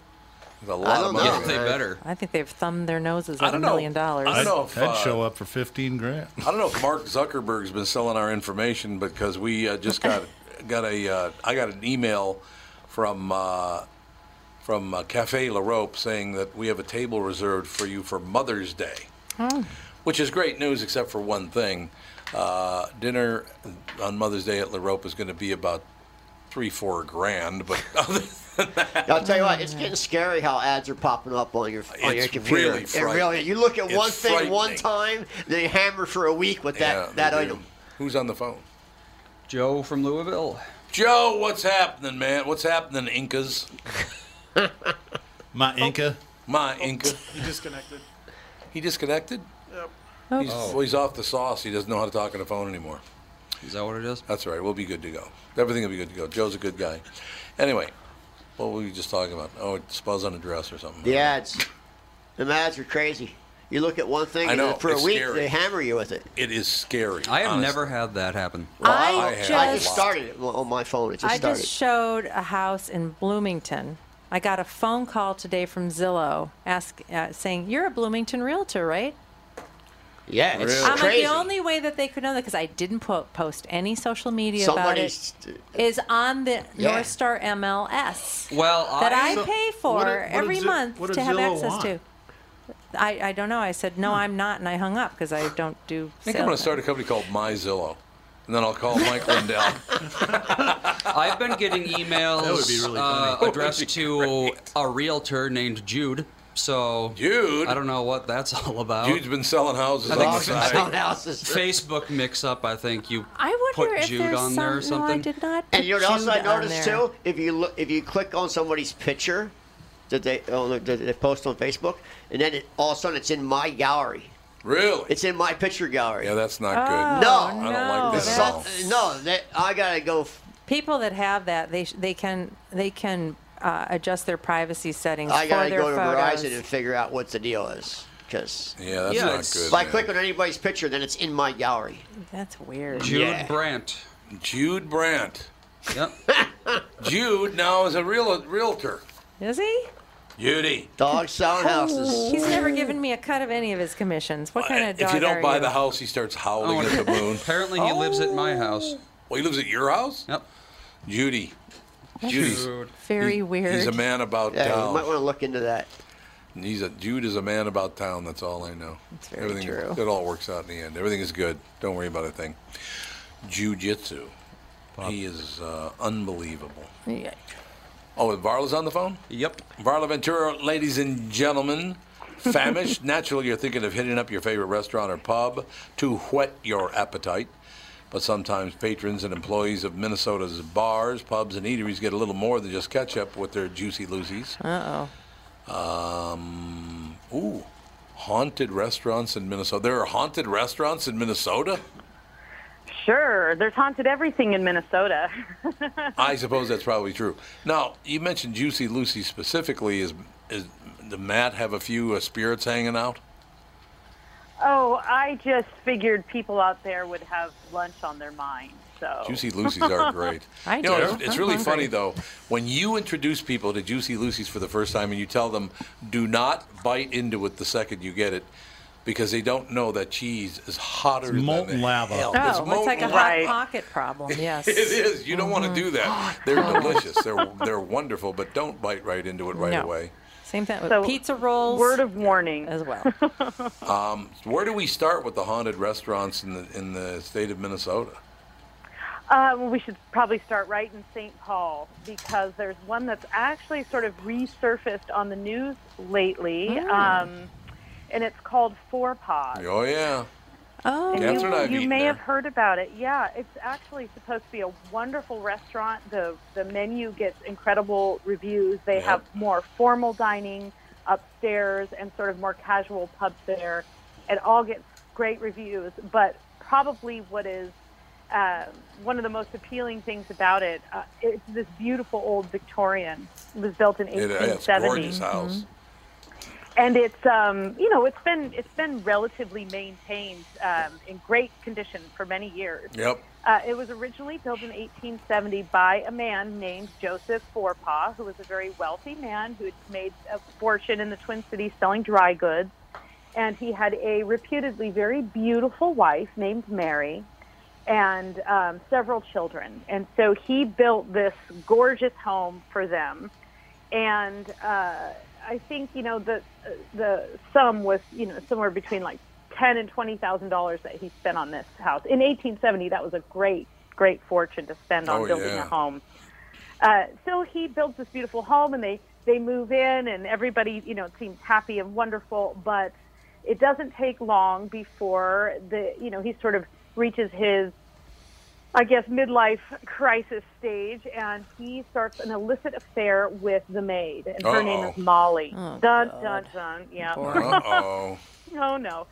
S1: There's a lot
S6: don't
S1: of money.
S6: know. Yeah, they better.
S8: I think they've thumbed their noses
S1: I
S8: at a
S1: don't know.
S8: million dollars.
S1: I don't know if,
S6: I'd
S1: uh,
S6: show up for fifteen grand.
S1: I don't know if Mark Zuckerberg's been selling our information because we uh, (laughs) just got got a uh, I got an email from uh, from uh, Cafe La Rope saying that we have a table reserved for you for Mother's Day,
S9: Oh.
S1: which is great news except for one thing. Uh, dinner on Mother's Day at La Rope is going to be about three four grand, but
S5: I'll tell you what, it's getting scary how ads are popping up on your on your
S1: It's
S5: computer.
S1: really
S5: it really,
S1: frightening.
S5: you look at
S1: It's
S5: one thing one
S1: frightening.
S5: time, then you hammer for a week with that
S1: Yeah,
S5: that
S1: they do.
S5: item.
S1: Who's on the phone?
S7: Joe from Louisville.
S1: Joe, what's happening, man? What's happening, Incas?
S6: My Inca.
S1: My Inca.
S4: He disconnected.
S1: He disconnected?
S4: Yep.
S1: He's, well, he's off the sauce. He doesn't know how to talk on the phone anymore.
S7: Oh. Is that what it is?
S1: That's all right. We'll be good to go. Everything will be good to go. Joe's a good guy. Anyway, what were we just talking about? Oh, it spells on a dress or something.
S5: The ads, the ads are crazy. You look at one thing
S1: I
S5: and
S1: know,
S5: then for a
S1: it's
S5: week,
S1: scary.
S5: they hammer you with it.
S1: It is scary.
S7: I have
S1: honestly.
S7: never had that happen.
S5: Well,
S8: I
S5: I,
S8: just-
S5: I just started it on my phone. It just
S8: I
S5: started.
S8: just showed a house in Bloomington. I got a phone call today from Zillow ask, uh, saying, You're a Bloomington realtor, right?
S5: Yeah, it's
S8: I'm like,
S5: crazy.
S8: the only way that they could know that because I didn't po- post any social media about it
S5: Somebody's-
S8: is on the
S5: Yeah.
S8: North Star MLS
S7: Well,
S8: that
S7: I,
S8: I pay for
S7: what did- what
S8: every
S7: did Zill-
S8: month
S7: what did
S8: to have
S7: Zillow
S8: access
S7: want?
S8: to. I, I don't know. I said no, I'm not, and I hung up because I don't do.
S1: I think I'm going
S8: sales.
S1: to start a company called MyZillow, and then I'll call
S7: (laughs)
S1: Mike Lindell.
S7: I've been getting emails
S1: That would be really
S7: uh,
S1: (laughs) funny.
S7: addressed to a realtor named Jude. So
S1: Jude,
S7: I don't know what that's (laughs) all about.
S1: Jude's been selling houses
S7: I think
S1: on
S7: it's
S1: the side.
S5: Selling houses.
S7: Facebook mix-up. I think you
S8: I
S5: wonder
S7: put
S5: if
S7: Jude
S5: there's
S7: on there or
S5: some- no, I
S7: something.
S8: did not.
S5: And you know what else I
S8: Jude on
S5: noticed
S8: there.
S5: too? If you look, if you click on somebody's picture that they on the, that they post on Facebook, and then it, all of a sudden it's in my gallery.
S1: Really?
S5: It's in my picture gallery. Yeah,
S1: that's not good.
S5: No,
S8: Oh,
S1: I don't like that at all.
S5: So- no, that, I gotta go. F-
S8: People that have that, they sh- they can they can uh, adjust their privacy settings
S5: I
S8: for
S5: gotta
S8: their
S5: go to
S8: photos.
S5: Verizon and figure out what the deal is. Because
S1: yeah, that's
S7: Yeah, not it's- good,
S5: If I
S7: man.
S5: click on anybody's picture, then it's in my gallery.
S8: That's weird.
S7: Jude
S5: Yeah.
S7: Brandt.
S1: Jude Brandt.
S7: Yep.
S1: (laughs) Jude now is a real realtor.
S8: Is he?
S1: Judy.
S5: Dog selling
S8: He's never given me a cut of any of his commissions. What kind of dog
S1: If you
S8: are
S1: don't buy
S8: you?
S1: the house, he starts howling
S7: Oh,
S1: at the
S7: (laughs)
S1: moon. Oh.
S7: Apparently, he lives at my house.
S1: Well, he lives at your house.
S7: Yep.
S1: Judy.
S8: That's
S1: Judy's
S8: very
S1: he-
S8: weird.
S1: He's a man about
S5: Yeah,
S1: town.
S5: you might want to look into that.
S1: He's a Jude is a man about town. That's all I know. That's
S5: very
S1: Everything
S5: true.
S1: it all works out in the end. Everything is good. Don't worry about a thing. Jiu-jitsu. He is uh, unbelievable.
S8: Yeah.
S1: Oh, and Varla's on the phone?
S7: Yep.
S1: Varla Ventura, ladies and gentlemen. Famished? (laughs) Naturally, you're thinking of hitting up your favorite restaurant or pub to whet your appetite. But sometimes patrons and employees of Minnesota's bars, pubs, and eateries get a little more than just ketchup with their juicy loosies.
S8: Uh oh.
S1: Um, ooh, haunted restaurants in Minnesota. There are haunted restaurants in Minnesota?
S10: Sure, there's haunted everything in Minnesota. (laughs)
S1: I suppose that's probably true. Now, you mentioned Juicy Lucy specifically. Is, is the Matt have a few uh, spirits hanging out?
S10: oh, I just figured people out there would have lunch on their mind. So
S1: Juicy Lucy's
S10: (laughs)
S1: are great.
S10: Oh. I
S1: you know, It's,
S10: do.
S1: it's
S10: I'm
S1: really
S10: hungry.
S1: funny though when you introduce people to Juicy Lucy's for the first time and you tell them, "Do not bite into it the second you get it," because they don't know that cheese is hotter than
S6: molten lava.
S1: Hell.
S8: Oh,
S1: It's
S8: it's,
S1: molten
S8: like a
S1: lava.
S8: hot pocket
S10: (laughs)
S8: problem. Yes. Oh
S1: It is. You don't want to do that. They're delicious. They're they're wonderful, but don't bite right into it right
S8: No.
S1: away.
S8: Same thing with
S10: So,
S8: pizza rolls.
S10: word of warning
S8: as well.
S1: Um, where do we start with the haunted restaurants in the in the state of Minnesota?
S10: Uh, well, we should probably start right in St. Paul because there's one that's actually sort of resurfaced on the news lately,
S1: Mm.
S10: um, and it's called Four
S8: Uh,
S10: Paws.
S1: Oh yeah.
S8: Oh,
S10: And
S1: Catherine, I've
S10: you, you
S1: eaten
S10: may
S1: there.
S10: have heard about it. Yeah, it's actually supposed to be a wonderful restaurant. The the menu gets incredible reviews. They have more formal dining upstairs and sort of more casual pub fare. It all gets great reviews, but probably what is uh, one of the most appealing things about it, uh, it's this beautiful old Victorian. It was built in
S1: It, uh,
S10: 1870
S1: it's a gorgeous house.
S10: and it's um, you know it's been it's been relatively maintained um, in great condition for many years.
S1: Yep.
S10: Uh, it was originally built in 1870 by a man named Joseph Forepaugh, who was a very wealthy man who had made a fortune in the Twin Cities selling dry goods. And he had a reputedly very beautiful wife named Mary and um, several children. And so he built this gorgeous home for them. (laughs) And uh, I think, you know, the, the sum was, you know, somewhere between like ten and twenty thousand dollars that he spent on this house in 1870. That was a great, great fortune to spend on
S11: Oh,
S10: building
S11: yeah.
S10: a home. Uh, so he builds this beautiful home, and they they move in, and everybody, you know, seems happy and wonderful. But it doesn't take long before the, you know, he sort of reaches his I guess, midlife crisis stage, and he starts an illicit affair with the maid, and her name is
S11: Uh-oh.
S10: Molly.
S11: Oh,
S10: dun,
S11: God.
S10: dun dun Yeah.
S11: Boring. Uh-oh.
S10: (laughs) no, Oh, no.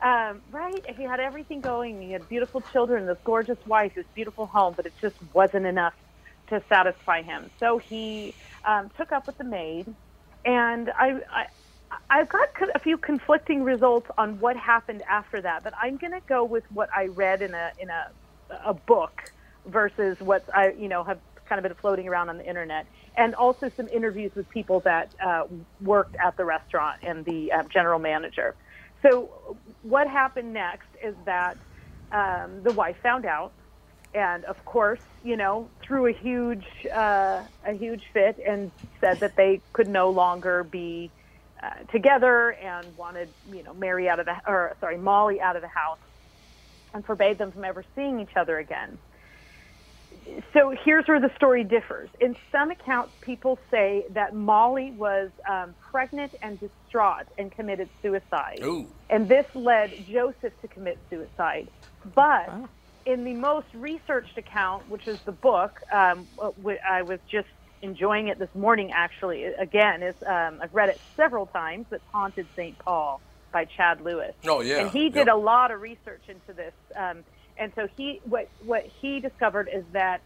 S10: Um, right? He had everything going. He had beautiful children, this gorgeous wife, this beautiful home, but it just wasn't enough to satisfy him. So he um, took up with the maid, and I, I I've got co- a few conflicting results on what happened after that, but I'm going to go with what I read in a in a a book versus what I you know have kind of been floating around on the internet, and also some interviews with people that uh, worked at the restaurant and the uh, general um, manager. So, what happened next is that um, the wife found out, and of course, you know, threw a huge uh, a huge fit and said that they could no longer be uh, together and wanted you know Mary out of the or sorry Molly out of the house, and forbade them from ever seeing each other again. So here's where the story differs. In some accounts, people say that Molly was um, pregnant and distraught and committed suicide.
S1: Ooh.
S10: And this led Joseph to commit suicide. But in the most researched account, which is the book, um, wh- I was just enjoying it this morning, actually, again, is um, I've read it several times, It's Haunted St. Paul by Chad Lewis.
S1: Oh, yeah.
S10: And he did
S1: Yep.
S10: a lot of research into this. Um, and so he what what he discovered is that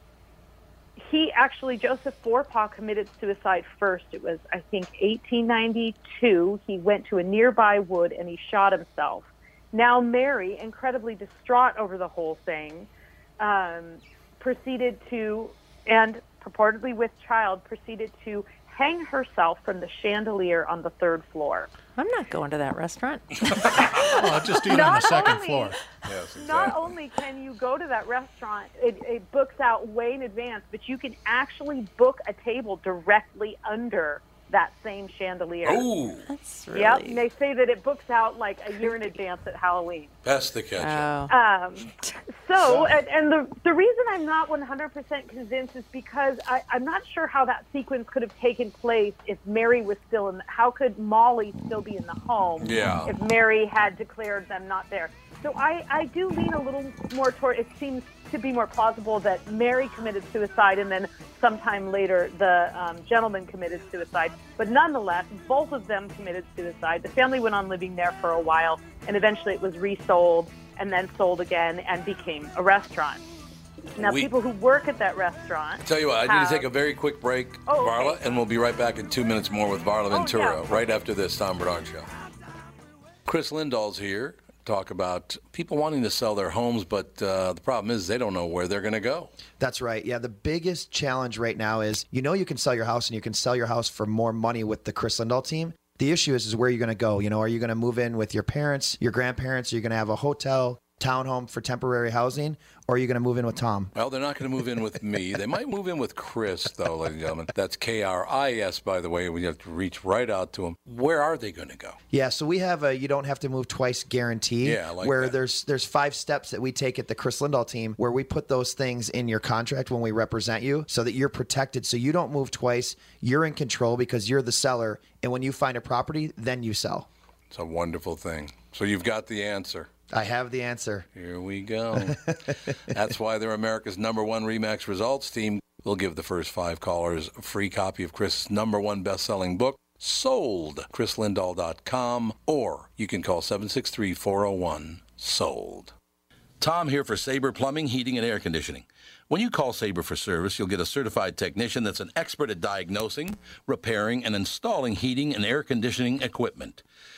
S10: he actually Joseph Forepaugh committed suicide first. It was I think 1892. He went to a nearby wood and he shot himself. Now Mary, incredibly distraught over the whole thing, um, proceeded to and purportedly with child proceeded to hang herself from the chandelier on the third floor.
S8: I'm not going to that
S6: (laughs)
S8: restaurant.
S6: I'll Oh, just do it on the
S10: Not
S6: second
S10: only- (laughs)
S6: floor.
S10: Not only can you go to that restaurant, it, it books out way in advance, but you can actually book a table directly under that same chandelier.
S1: Oh,
S8: that's
S10: Yep, and they say that it books out like a year in advance at Halloween.
S1: That's the catch.
S8: Oh.
S10: Um, so, and, and the, the reason I'm not 100% convinced is because I, I'm not sure how that sequence could have taken place if Mary was still in, the, how could Molly still be in the home
S11: Yeah.
S10: if Mary had declared them not there? So I, I do lean a little more toward, it seems to be more plausible that Mary committed suicide and then sometime later the um, gentleman committed suicide. But nonetheless, both of them committed suicide. The family went on living there for a while and eventually it was resold and then sold again and became a restaurant. Now,
S1: We-
S10: people who work at that restaurant.
S1: Tell you what, I need
S10: have-
S1: to take a very quick break,
S10: Oh, okay. Oh,
S1: Varla, and we'll be right back in two minutes more with Varla Ventura right after this Tom Bernard Show. Chris Lindahl's here. Talk about people wanting to sell their homes, but uh, the problem is they don't know where they're going to go.
S12: That's right. Yeah, the biggest challenge right now is you know you can sell your house and you can sell your house for more money with the Chris Lindahl team. The issue is is where you're going to go. You know, are you going to move in with your parents, your grandparents? Are you going to have a hotel, townhome for temporary housing, or are you going to move in with Tom?
S1: Well, they're not going to move in with me. They might move in with Chris, though, ladies and gentlemen. That's K R I S, by the way. We have to reach right out to them. Where are they going to go?
S12: Yeah, so we have a you don't have to move twice guarantee.
S1: Yeah, I like
S12: where there's there's five steps that we take at the Chris Lindahl team where we put those things in your contract when we represent you so that you're protected so you don't move twice. You're in control because you're the seller and when you find a property, then you sell.
S1: It's a wonderful thing. So you've got the answer.
S12: I have the answer.
S1: Here we go. That's why they're America's number one Remax results team. We'll give the first five callers a free copy of Chris's number one best-selling book, Sold, chrislindahl.com, or you can call 763-401-SOLD.
S13: Tom here for Sabre Plumbing, Heating, and Air Conditioning. When you call Sabre for service, you'll get a certified technician that's an expert at diagnosing, repairing, and installing heating and air conditioning equipment.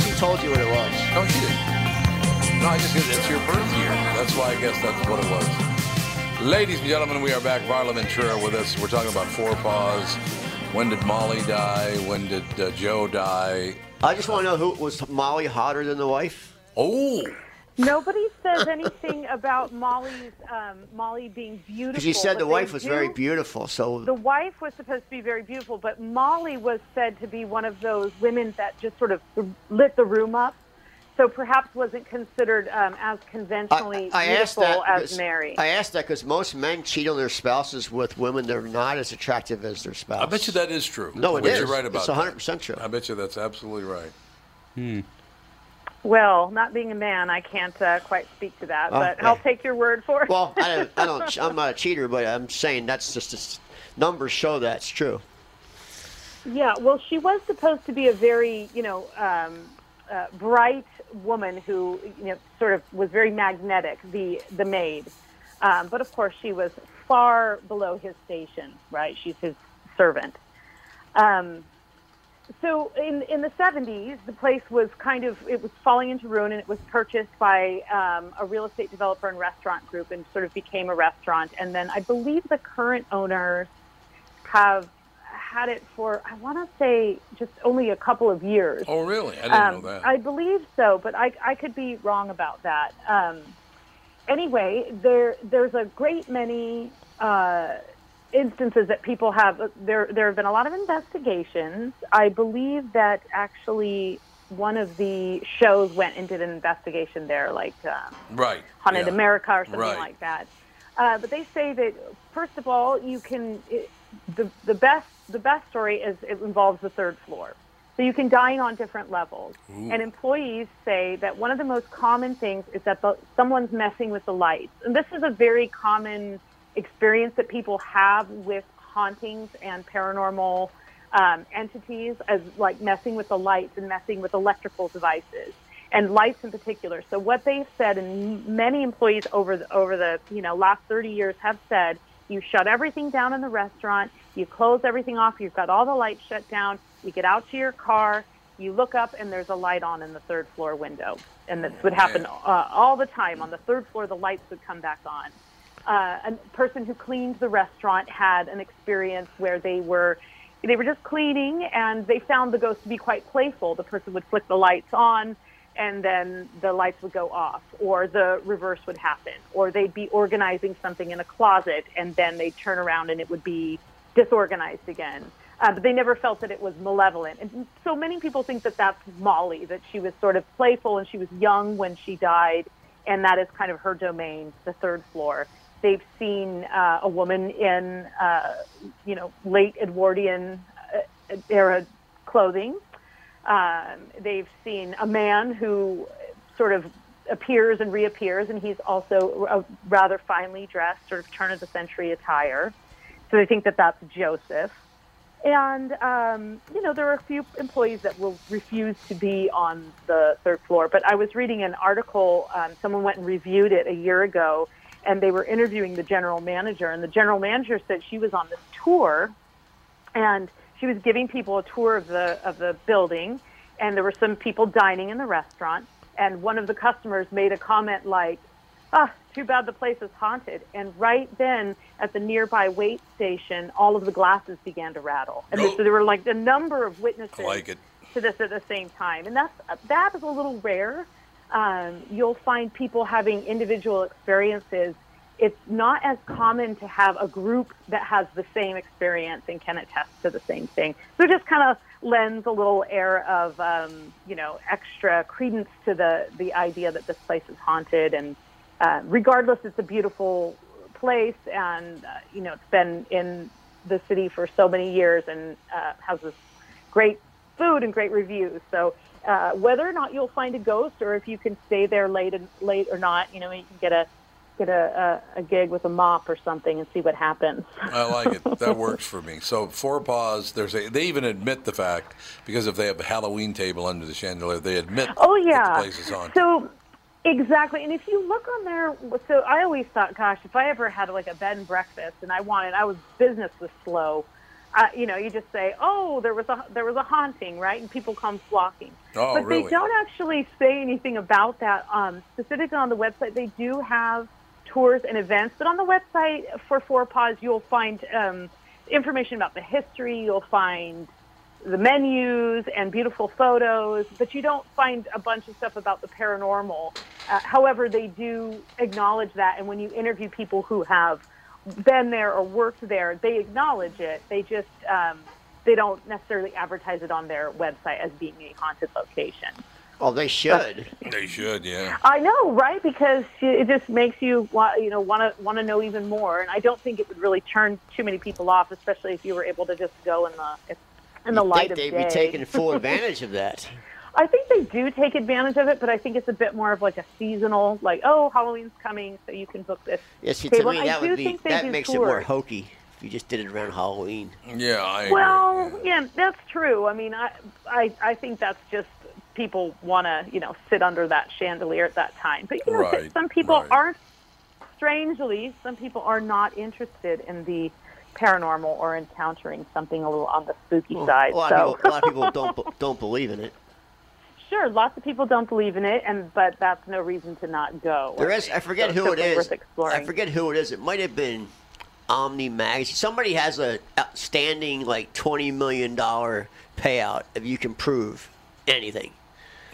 S1: she
S12: told you what it was.
S1: No, she didn't. No, I just said it's your birth year. That's why I guess that's what it was. Ladies and gentlemen, we are back. Varla Ventura with us. We're talking about four paws. When did Molly die? When did uh, Joe die?
S5: I just want to know who was Molly hotter than the wife?
S1: Oh,
S10: Nobody says anything (laughs) about Molly's um, Molly being beautiful.
S5: because you said
S10: but
S5: the
S10: they
S5: wife was
S10: do-
S5: very beautiful. So
S10: The wife was supposed to be very beautiful, but Molly was said to be one of those women that just sort of lit the room up. So perhaps wasn't considered um, as conventionally
S5: I asked
S10: beautiful
S5: that
S10: as
S5: because-
S10: Mary.
S5: I asked that because most men cheat on their spouses with women they're not as attractive as their spouse.
S1: I bet you that is true.
S5: No, it
S1: But
S5: is.
S1: You're right about
S5: It's 100% true.
S1: I bet you that's absolutely right.
S10: well, not being a man, I can't uh, quite speak to that, but
S5: Okay.
S10: I'll take your word for it.
S5: Well, I don't, I
S10: (laughs)
S5: don't. I'm not a cheater, but I'm saying that's just it's, numbers show that's true.
S10: Yeah, well, she was supposed to be a very, you know, um, uh, bright woman who you know sort of was very magnetic, the the maid. Um, but of course, she was far below his station, right? She's his servant. Um, so in in the 70s, the place was kind of it was falling into ruin, and it was purchased by um, a real estate developer and restaurant group, and sort of became a restaurant. And then I believe the current owners have had it for I want to say just only a couple of years.
S1: Oh, really? I didn't
S10: um,
S1: know that.
S10: I believe so, but I I could be wrong about that. Um, anyway, there there's a great many. Uh, instances that people have there there have been a lot of investigations i believe that actually one of the shows went and did an investigation there like um,
S1: Right.
S10: haunted
S1: yeah.
S10: america or something
S1: Right.
S10: like that uh, but they say that first of all you can it, the the best the best story is it involves the third floor so you can dine on different levels
S11: Ooh.
S10: and employees say that one of the most common things is that the, someone's messing with the lights and this is a very common experience that people have with hauntings and paranormal um, entities as like messing with the lights and messing with electrical devices and lights in particular. So what they've said, and many employees over the, over the you know last 30 years have said, you shut everything down in the restaurant, you close everything off, you've got all the lights shut down, you get out to your car, you look up, and there's a light on in the third floor window, and this would happen
S11: Man.
S10: uh, all the time. On the third floor, the lights would come back on. Uh, a person who cleaned the restaurant had an experience where they were they were just cleaning and they found the ghost to be quite playful. The person would flick the lights on and then the lights would go off or the reverse would happen or they'd be organizing something in a closet and then they'd turn around and it would be disorganized again. Uh, but they never felt that it was malevolent. And so many people think that that's Molly, that she was sort of playful and she was young when she died and that is kind of her domain, the third floor. They've seen uh, a woman in, uh, you know, late Edwardian uh, era clothing. Um, they've seen a man who sort of appears and reappears, and he's also a rather finely dressed, sort of turn of the century attire. So they think that that's Joseph. And, um, you know, there are a few employees that will refuse to be on the third floor. But I was reading an article, um, someone went and reviewed it a year ago, and they were interviewing the general manager. And the general manager said she was on this tour, and she was giving people a tour of the, of the building, and there were some people dining in the restaurant. And one of the customers made a comment like, ah, too bad the place is haunted. And right then, at the nearby wait station, all of the glasses began to rattle. And so there were like a number of witnesses
S1: I like it.
S10: to this at the same time, and that's that is a little rare. Um, you'll find people having individual experiences. It's not as common to have a group that has the same experience and can attest to the same thing. So it just kind of lends a little air of um, you know extra credence to the the idea that this place is haunted. And uh, regardless, it's a beautiful place, and uh, you know it's been in the city for so many years and uh, has this great food and great reviews. So uh, whether or not you'll find a ghost, or if you can stay there late and late or not, you know, you can get a get a, a, a gig with a mop or something and see what happens.
S1: I like it. That works for me. So four paws. There's a, they even admit the fact because if they have a Halloween table under the chandelier, they admit.
S10: Oh
S1: that
S10: yeah.
S1: the place is haunted.
S10: So exactly, and if you look on there, so I always thought, gosh, if I ever had like a bed and breakfast and I wanted, I was business was slow. Uh, you know, you just say, "Oh, there was a there was a haunting," right? And people come flocking.
S11: Oh,
S10: but
S11: really?
S10: they don't actually say anything about that. Um, specifically on the website, they do have tours and events, but on the website for Four Paws, you'll find um, information about the history. You'll find the menus and beautiful photos, but you don't find a bunch of stuff about the paranormal. Uh, however, they do acknowledge that, and when you interview people who have been there or worked there, they acknowledge it. They just um, they don't necessarily advertise it on their website as being a haunted location.
S5: Oh, they should.
S1: They should, yeah.
S10: I know, right? Because it just makes you wa- you know want to want to know even more, and I don't think it would really turn too many people off, especially if you were able to just go in the in the
S5: You'd
S10: light
S5: think
S10: of
S5: they'd
S10: day.
S5: be taking
S10: (laughs)
S5: full advantage of that.
S10: I think they do take advantage of it, but I think it's a bit more of like a seasonal, like oh, Halloween's coming, so you can book this.
S5: Yeah, see, to
S10: table.
S5: me
S10: And I
S5: that
S10: do
S5: would be
S10: think they
S5: that
S10: do
S5: makes it
S10: tours.
S5: more hokey if you just did it around Halloween.
S1: Yeah, I
S10: Well, yeah, that's true. I mean, I, I, I think that's just people want to, you know, sit under that chandelier at that time. But you know,
S1: Right,
S10: some people are, strangely, some people are not interested in the paranormal or encountering something a little on the spooky side.
S5: A lot,
S10: so,
S5: of people, a lot of
S10: (laughs)
S5: people don't be- don't believe in it.
S10: sure, lots of people don't believe in it, and but that's no reason to not go.
S5: There is. I forget
S10: So
S5: who it
S10: it's definitely
S5: is.
S10: worth exploring.
S5: I forget who it is. It might have been Omni Magazine. Somebody has a outstanding like twenty million dollar payout if you can prove anything.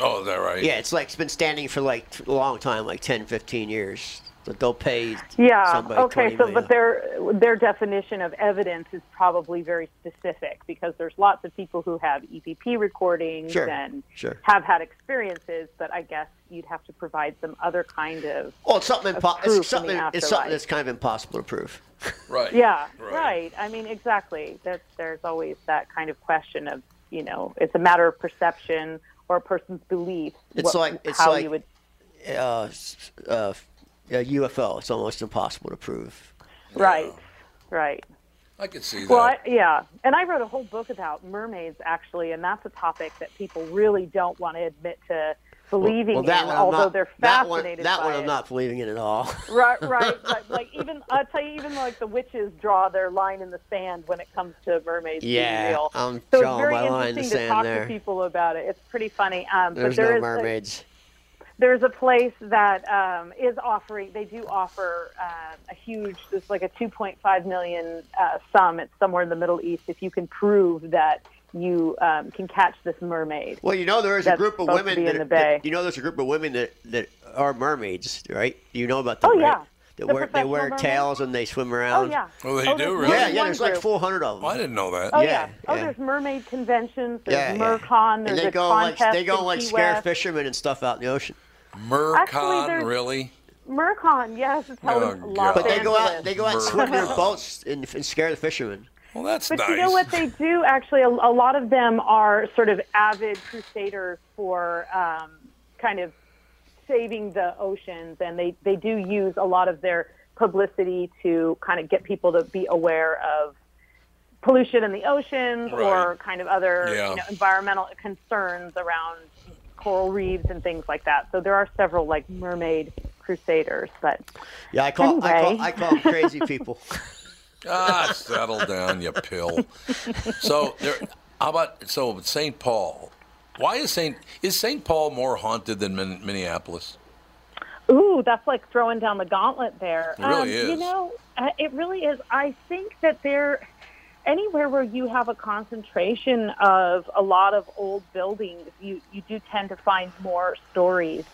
S1: Oh, is that right?
S5: Yeah, it's like it's been standing for like a long time, like 10, 15 years. But they'll pay.
S10: Yeah.
S5: Somebody
S10: okay.
S5: 20
S10: So,
S5: million.
S10: but their their definition of evidence is probably very specific because there's lots of people who have EPP recordings
S5: Sure,
S10: and
S5: sure.
S10: have had experiences, but I guess you'd have to provide some other kind of.
S5: Well, it's something.
S10: of
S5: Impo-
S10: proof in
S5: it's something.
S10: the
S5: It's something
S10: afterlife.
S5: that's kind of impossible to prove.
S1: Right.
S10: (laughs) Yeah. Right. I mean, exactly. That's there's always that kind of question of you know it's a matter of perception or a person's beliefs.
S5: It's
S10: what-
S5: like it's
S10: how
S5: like
S10: you would.
S5: uh, s- uh, a UFO. It's almost impossible to prove.
S10: Right. Right.
S1: I could see
S10: Well, I, yeah, and I wrote a whole book about mermaids actually, and that's a topic that people really don't want to admit to believing
S5: well, that
S10: in,
S5: one I'm
S10: although
S5: not-
S10: they're
S5: that one-
S10: fascinated
S5: That
S10: by
S5: one,
S10: it. Um,
S5: I'm not believing in at (laughs) all.
S10: (laughs) Right, right. But like even I'll tell you, even like the witches draw their line in the sand when it comes to mermaids
S5: Yeah,
S10: being real.
S5: I'm
S10: so it's
S5: drawing
S10: very
S5: my line in the
S10: interesting to
S5: sand
S10: talk
S5: there.
S10: to people about it. It's pretty funny. Um,
S5: There's
S10: but there
S5: no
S10: is a-
S5: mermaids.
S10: there's a place that um, is offering. They do offer uh, a huge. It's like a 2.5 million uh, sum. It's somewhere in the Middle East. If you can prove that you um, can catch this mermaid.
S5: Well, you know there is a
S10: that's
S5: group of
S10: supposed to
S5: women
S10: be
S5: that,
S10: in the
S5: that-
S10: bay.
S5: you know there's a group of women that, that are mermaids, right? You know about them,
S10: Oh, yeah.
S5: right? That
S10: The
S5: wear they wear
S10: professional
S5: tails and they swim around.
S10: yeah.
S1: Oh, they Oh, do, there's really?
S5: Yeah,
S1: one-
S5: yeah. There's
S10: one
S5: like
S10: group.
S5: 400 of them. I
S1: didn't know that.
S10: Oh yeah. Oh,
S5: Uh, yeah.
S10: there's mermaid conventions. There's
S5: Yeah, yeah.
S10: Mercon. There's
S5: And they
S10: a
S5: go like
S10: contest
S5: they go
S10: in
S5: like
S10: Key
S5: scare
S10: West.
S5: fishermen and stuff out in the ocean.
S10: Actually, there's-
S1: really?
S10: Mercon, yes, it's held in
S5: Oh,
S10: Los
S5: But they go out
S10: Angeles.
S5: they go out and swim in their
S10: Mercon.
S5: boats and, and scare the fishermen.
S1: Well, that's
S10: but you know what they do actually a, a lot of them are sort of avid crusaders for um, kind of saving the oceans and they, they do use a lot of their publicity to kind of get people to be aware of pollution in the oceans or
S11: Right.
S10: kind of other
S11: Yeah.
S10: you know, environmental concerns around coral reefs and things like that so there are several like mermaid crusaders but
S5: Yeah, I call I call
S10: Anyway.
S5: I call them
S10: (laughs)
S5: crazy people.
S1: Ah, settle down, you pill. So there. How about so St. Paul? Why is St. is St. Paul more haunted than Min- Minneapolis?
S10: Ooh, that's like throwing down the gauntlet there.
S1: It really
S10: um, You
S1: is.
S10: know, uh, it really is. I think that there, anywhere where you have a concentration of a lot of old buildings, you, you do tend to find more stories.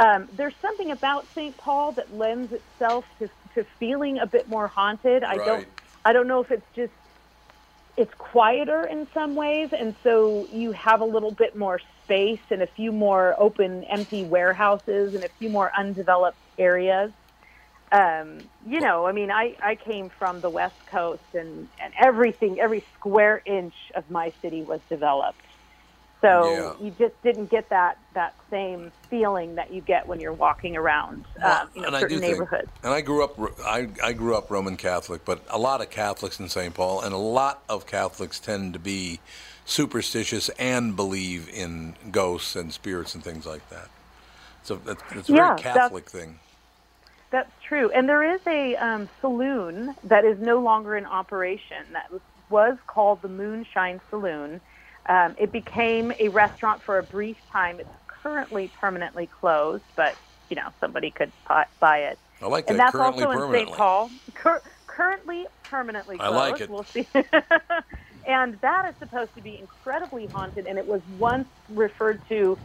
S10: Um, there's something about St. Paul that lends itself to, to feeling a bit more haunted. I
S11: Right.
S10: don't, I don't know if it's just it's quieter in some ways, and so you have a little bit more space and a few more open, empty warehouses and a few more undeveloped areas. Um, you know, I mean, I, I came from the West Coast, and, and everything, every square inch of my city was developed. So you just didn't get that, that same feeling that you get when you're walking around um, you know, certain neighborhoods.
S1: Think, and I grew up, I, I grew up Roman Catholic, but a lot of Catholics in St. Paul, and a lot of Catholics tend to be superstitious and believe in ghosts and spirits and things like that. So that's, that's a
S10: Yeah,
S1: very
S10: that's-
S1: Catholic thing.
S10: That's true. And there is a um, saloon that is no longer in operation that was- was called the Moonshine Saloon. Um, it became a restaurant for a brief time. It's currently permanently closed, but, you know, somebody could bu- buy it.
S1: I like
S10: and
S1: that.
S10: that's
S1: Currently,
S10: also in St.
S1: permanently.
S10: Paul. Cur- currently permanently
S1: I
S10: closed.
S1: like it.
S10: We'll see. (laughs) and that is supposed to be incredibly haunted, and it was once referred to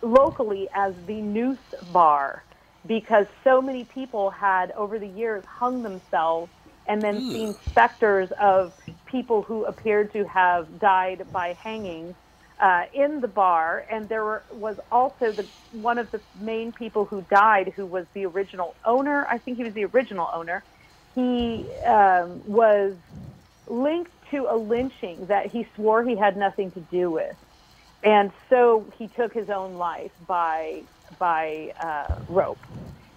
S10: locally as the noose bar because so many people had over the years hung themselves and then seen specters of people who appeared to have died by hanging uh, in the bar and there were, was also the one of the main people who died who was the original owner i think he was the original owner he um, was linked to a lynching that he swore he had nothing to do with and so he took his own life by by uh, rope.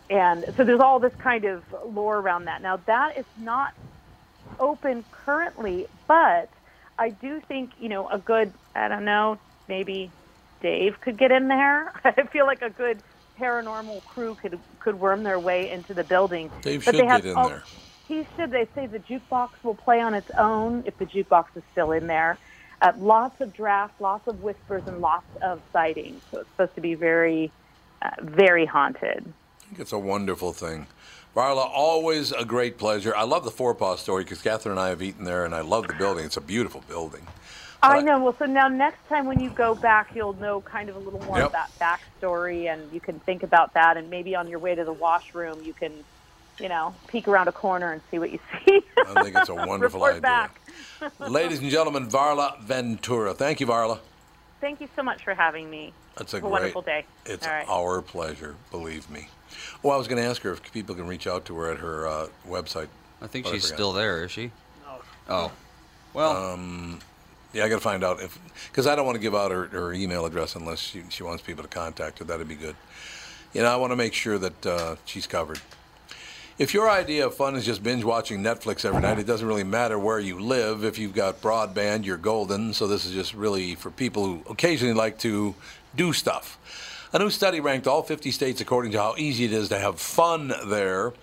S10: And so there's all this kind of lore around that. Now that is not open currently, but I do think you know a good I don't know maybe Dave could get in there. (laughs) I feel like a good paranormal crew could could worm their way into the building.
S1: Dave
S10: But
S1: should
S10: they have
S1: get in
S10: all-
S1: there.
S10: He should. They say the jukebox will play on its own if the jukebox is still in there. Uh, lots of draft, lots of whispers, and lots of sightings. So it's supposed to be very, uh, very haunted.
S1: I think it's a wonderful thing. Varla, always a great pleasure. I love the Four Paw story because Catherine and I have eaten there, and I love the building. It's a beautiful
S10: (laughs)
S1: building.
S10: I know. Well, so now next time when you go back, you'll know kind of a little more
S1: Yep.
S10: of that backstory, and you can think about that. And maybe on your way to the washroom, you can, you know, peek around a corner and see what you see.
S1: (laughs) I think
S10: (laughs)
S1: it's a wonderful
S10: Report
S1: idea.
S10: back. (laughs)
S1: Ladies and gentlemen, Varla Ventura. Thank you, Varla.
S10: Thank you so much for having me.
S1: That's a
S10: Have
S1: great
S10: wonderful day.
S1: It's
S10: All right.
S1: our pleasure, believe me. Well, I was going to ask her if people can reach out to her at her uh, website.
S7: I think
S1: but
S7: she's
S1: forgot.
S7: still there, is she?
S1: No.
S7: Oh. Well.
S1: Um, yeah, I got to find out if because I don't want to give out her, her email address unless she, she wants people to contact her. That'd be good. You know, I want to make sure that uh, she's covered. If your idea of fun is just binge watching Netflix every night, it doesn't really matter where you live. If you've got broadband, you're golden. So this is just really for people who occasionally like to do stuff. A new study ranked all 50 states according to how easy it is to have fun there.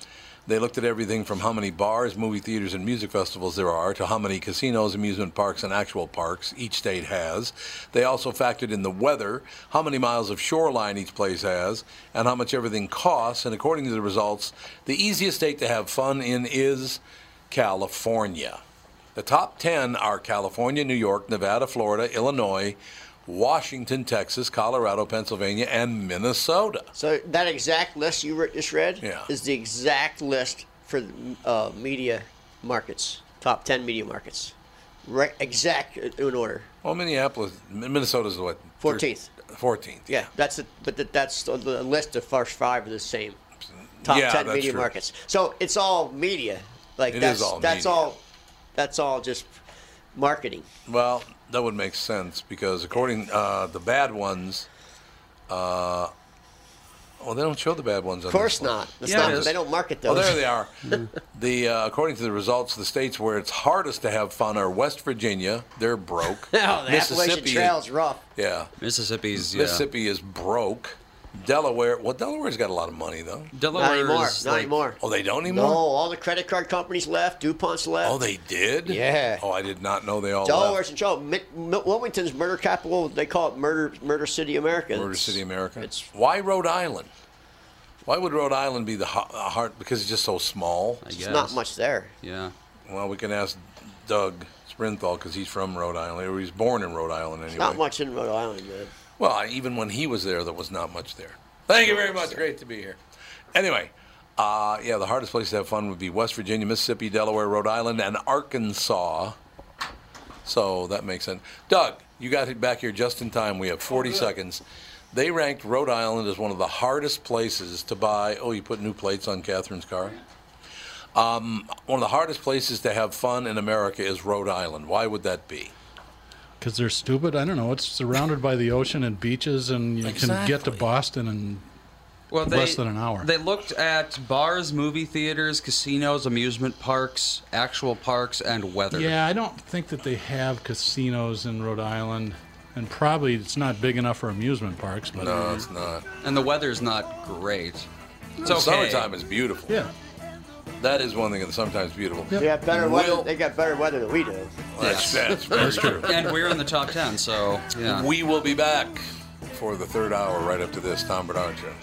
S1: They looked at everything from how many bars, movie theaters, and music festivals there are to how many casinos, amusement parks, and actual parks each state has. They also factored in the weather, how many miles of shoreline each place has, and how much everything costs. And according to the results, the easiest state to have fun in is California. The top 10 are California, New York, Nevada, Florida, Illinois, Washington, Texas, Colorado, Pennsylvania, and Minnesota.
S5: So that exact list you re- just read
S1: Yeah.
S5: is the exact list for uh, media markets, top 10 media markets. Re- exact in order.
S1: Well, Minneapolis, Min- Minnesota's what?
S5: 14th.
S1: 14th.
S5: Yeah, that's the, but the, that's the, the list of first five are the same. Top
S1: Yeah,
S5: 10
S1: that's
S5: media
S1: true.
S5: markets. So it's all media. Like
S1: It is
S5: that's
S1: all
S5: that's
S1: media.
S5: all that's all just marketing. (laughs)
S1: Well, that would make sense because according uh, the bad ones, uh, well, they don't show the bad ones.
S5: Of course not. That's not- they don't market those.
S1: Oh, there they are. the uh, according to the results, the states where it's hardest to have fun are West Virginia. They're
S5: (laughs)
S1: broke.
S5: No, Oh, the Appalachian Trail's rough.
S1: Yeah,
S7: Mississippi's yeah.
S1: Mississippi is broke. Delaware. Well, Delaware's got a lot of money though.
S7: Delaware Not anymore, is,
S5: not like- anymore.
S1: Oh, they don't anymore.
S5: No, all the credit card companies left. DuPont's left.
S1: Oh, they did.
S5: Yeah.
S1: Oh, I did not know they all left.
S5: Delaware's in trouble. Mid- Mid- Wilmington's murder capital. They call it murder, murder city, America.
S1: Murder City, America. Why Rhode Island? Why would Rhode Island be the ho- uh, heart? Because it's just so small.
S5: There's guess. not much there.
S7: Yeah.
S1: Well, we can ask Doug Sprinthal because he's from Rhode Island, or he's born in Rhode Island anyway.
S5: There's not much in Rhode Island, man.
S1: Well, I- even when he was there, there was not much there. Thank you very much. Great to be here. Anyway, uh, yeah, the hardest place to have fun would be West Virginia, Mississippi, Delaware, Rhode Island, and Arkansas. So that makes sense. Doug, you got it back here just in time. We have 40 seconds. They ranked Rhode Island as one of the hardest places to buy. Oh, you put new plates on Catherine's car? Um, one of the hardest places to have fun in America is Rhode Island. Why would that be?
S6: Because they're stupid. I don't know. It's surrounded by the ocean and beaches, and you can get to Boston in
S7: Well, they,
S6: less than an hour.
S7: They looked at bars, movie theaters, casinos, amusement parks, actual parks, and weather.
S6: Yeah, I don't think that they have casinos in Rhode Island, and probably it's not big enough for amusement parks. But
S1: not.
S7: And the weather's not great. It's
S1: The
S7: okay.
S1: Summertime is beautiful.
S6: Yeah.
S1: That is one thing that's sometimes beautiful.
S5: They have better
S1: Will-
S5: weather. They got better weather than we do.
S1: That's, (laughs) that's very
S7: That's
S1: true.
S7: And we're in the top ten, so yeah.
S1: We will be back for the third hour right up to this Tom Bernard show.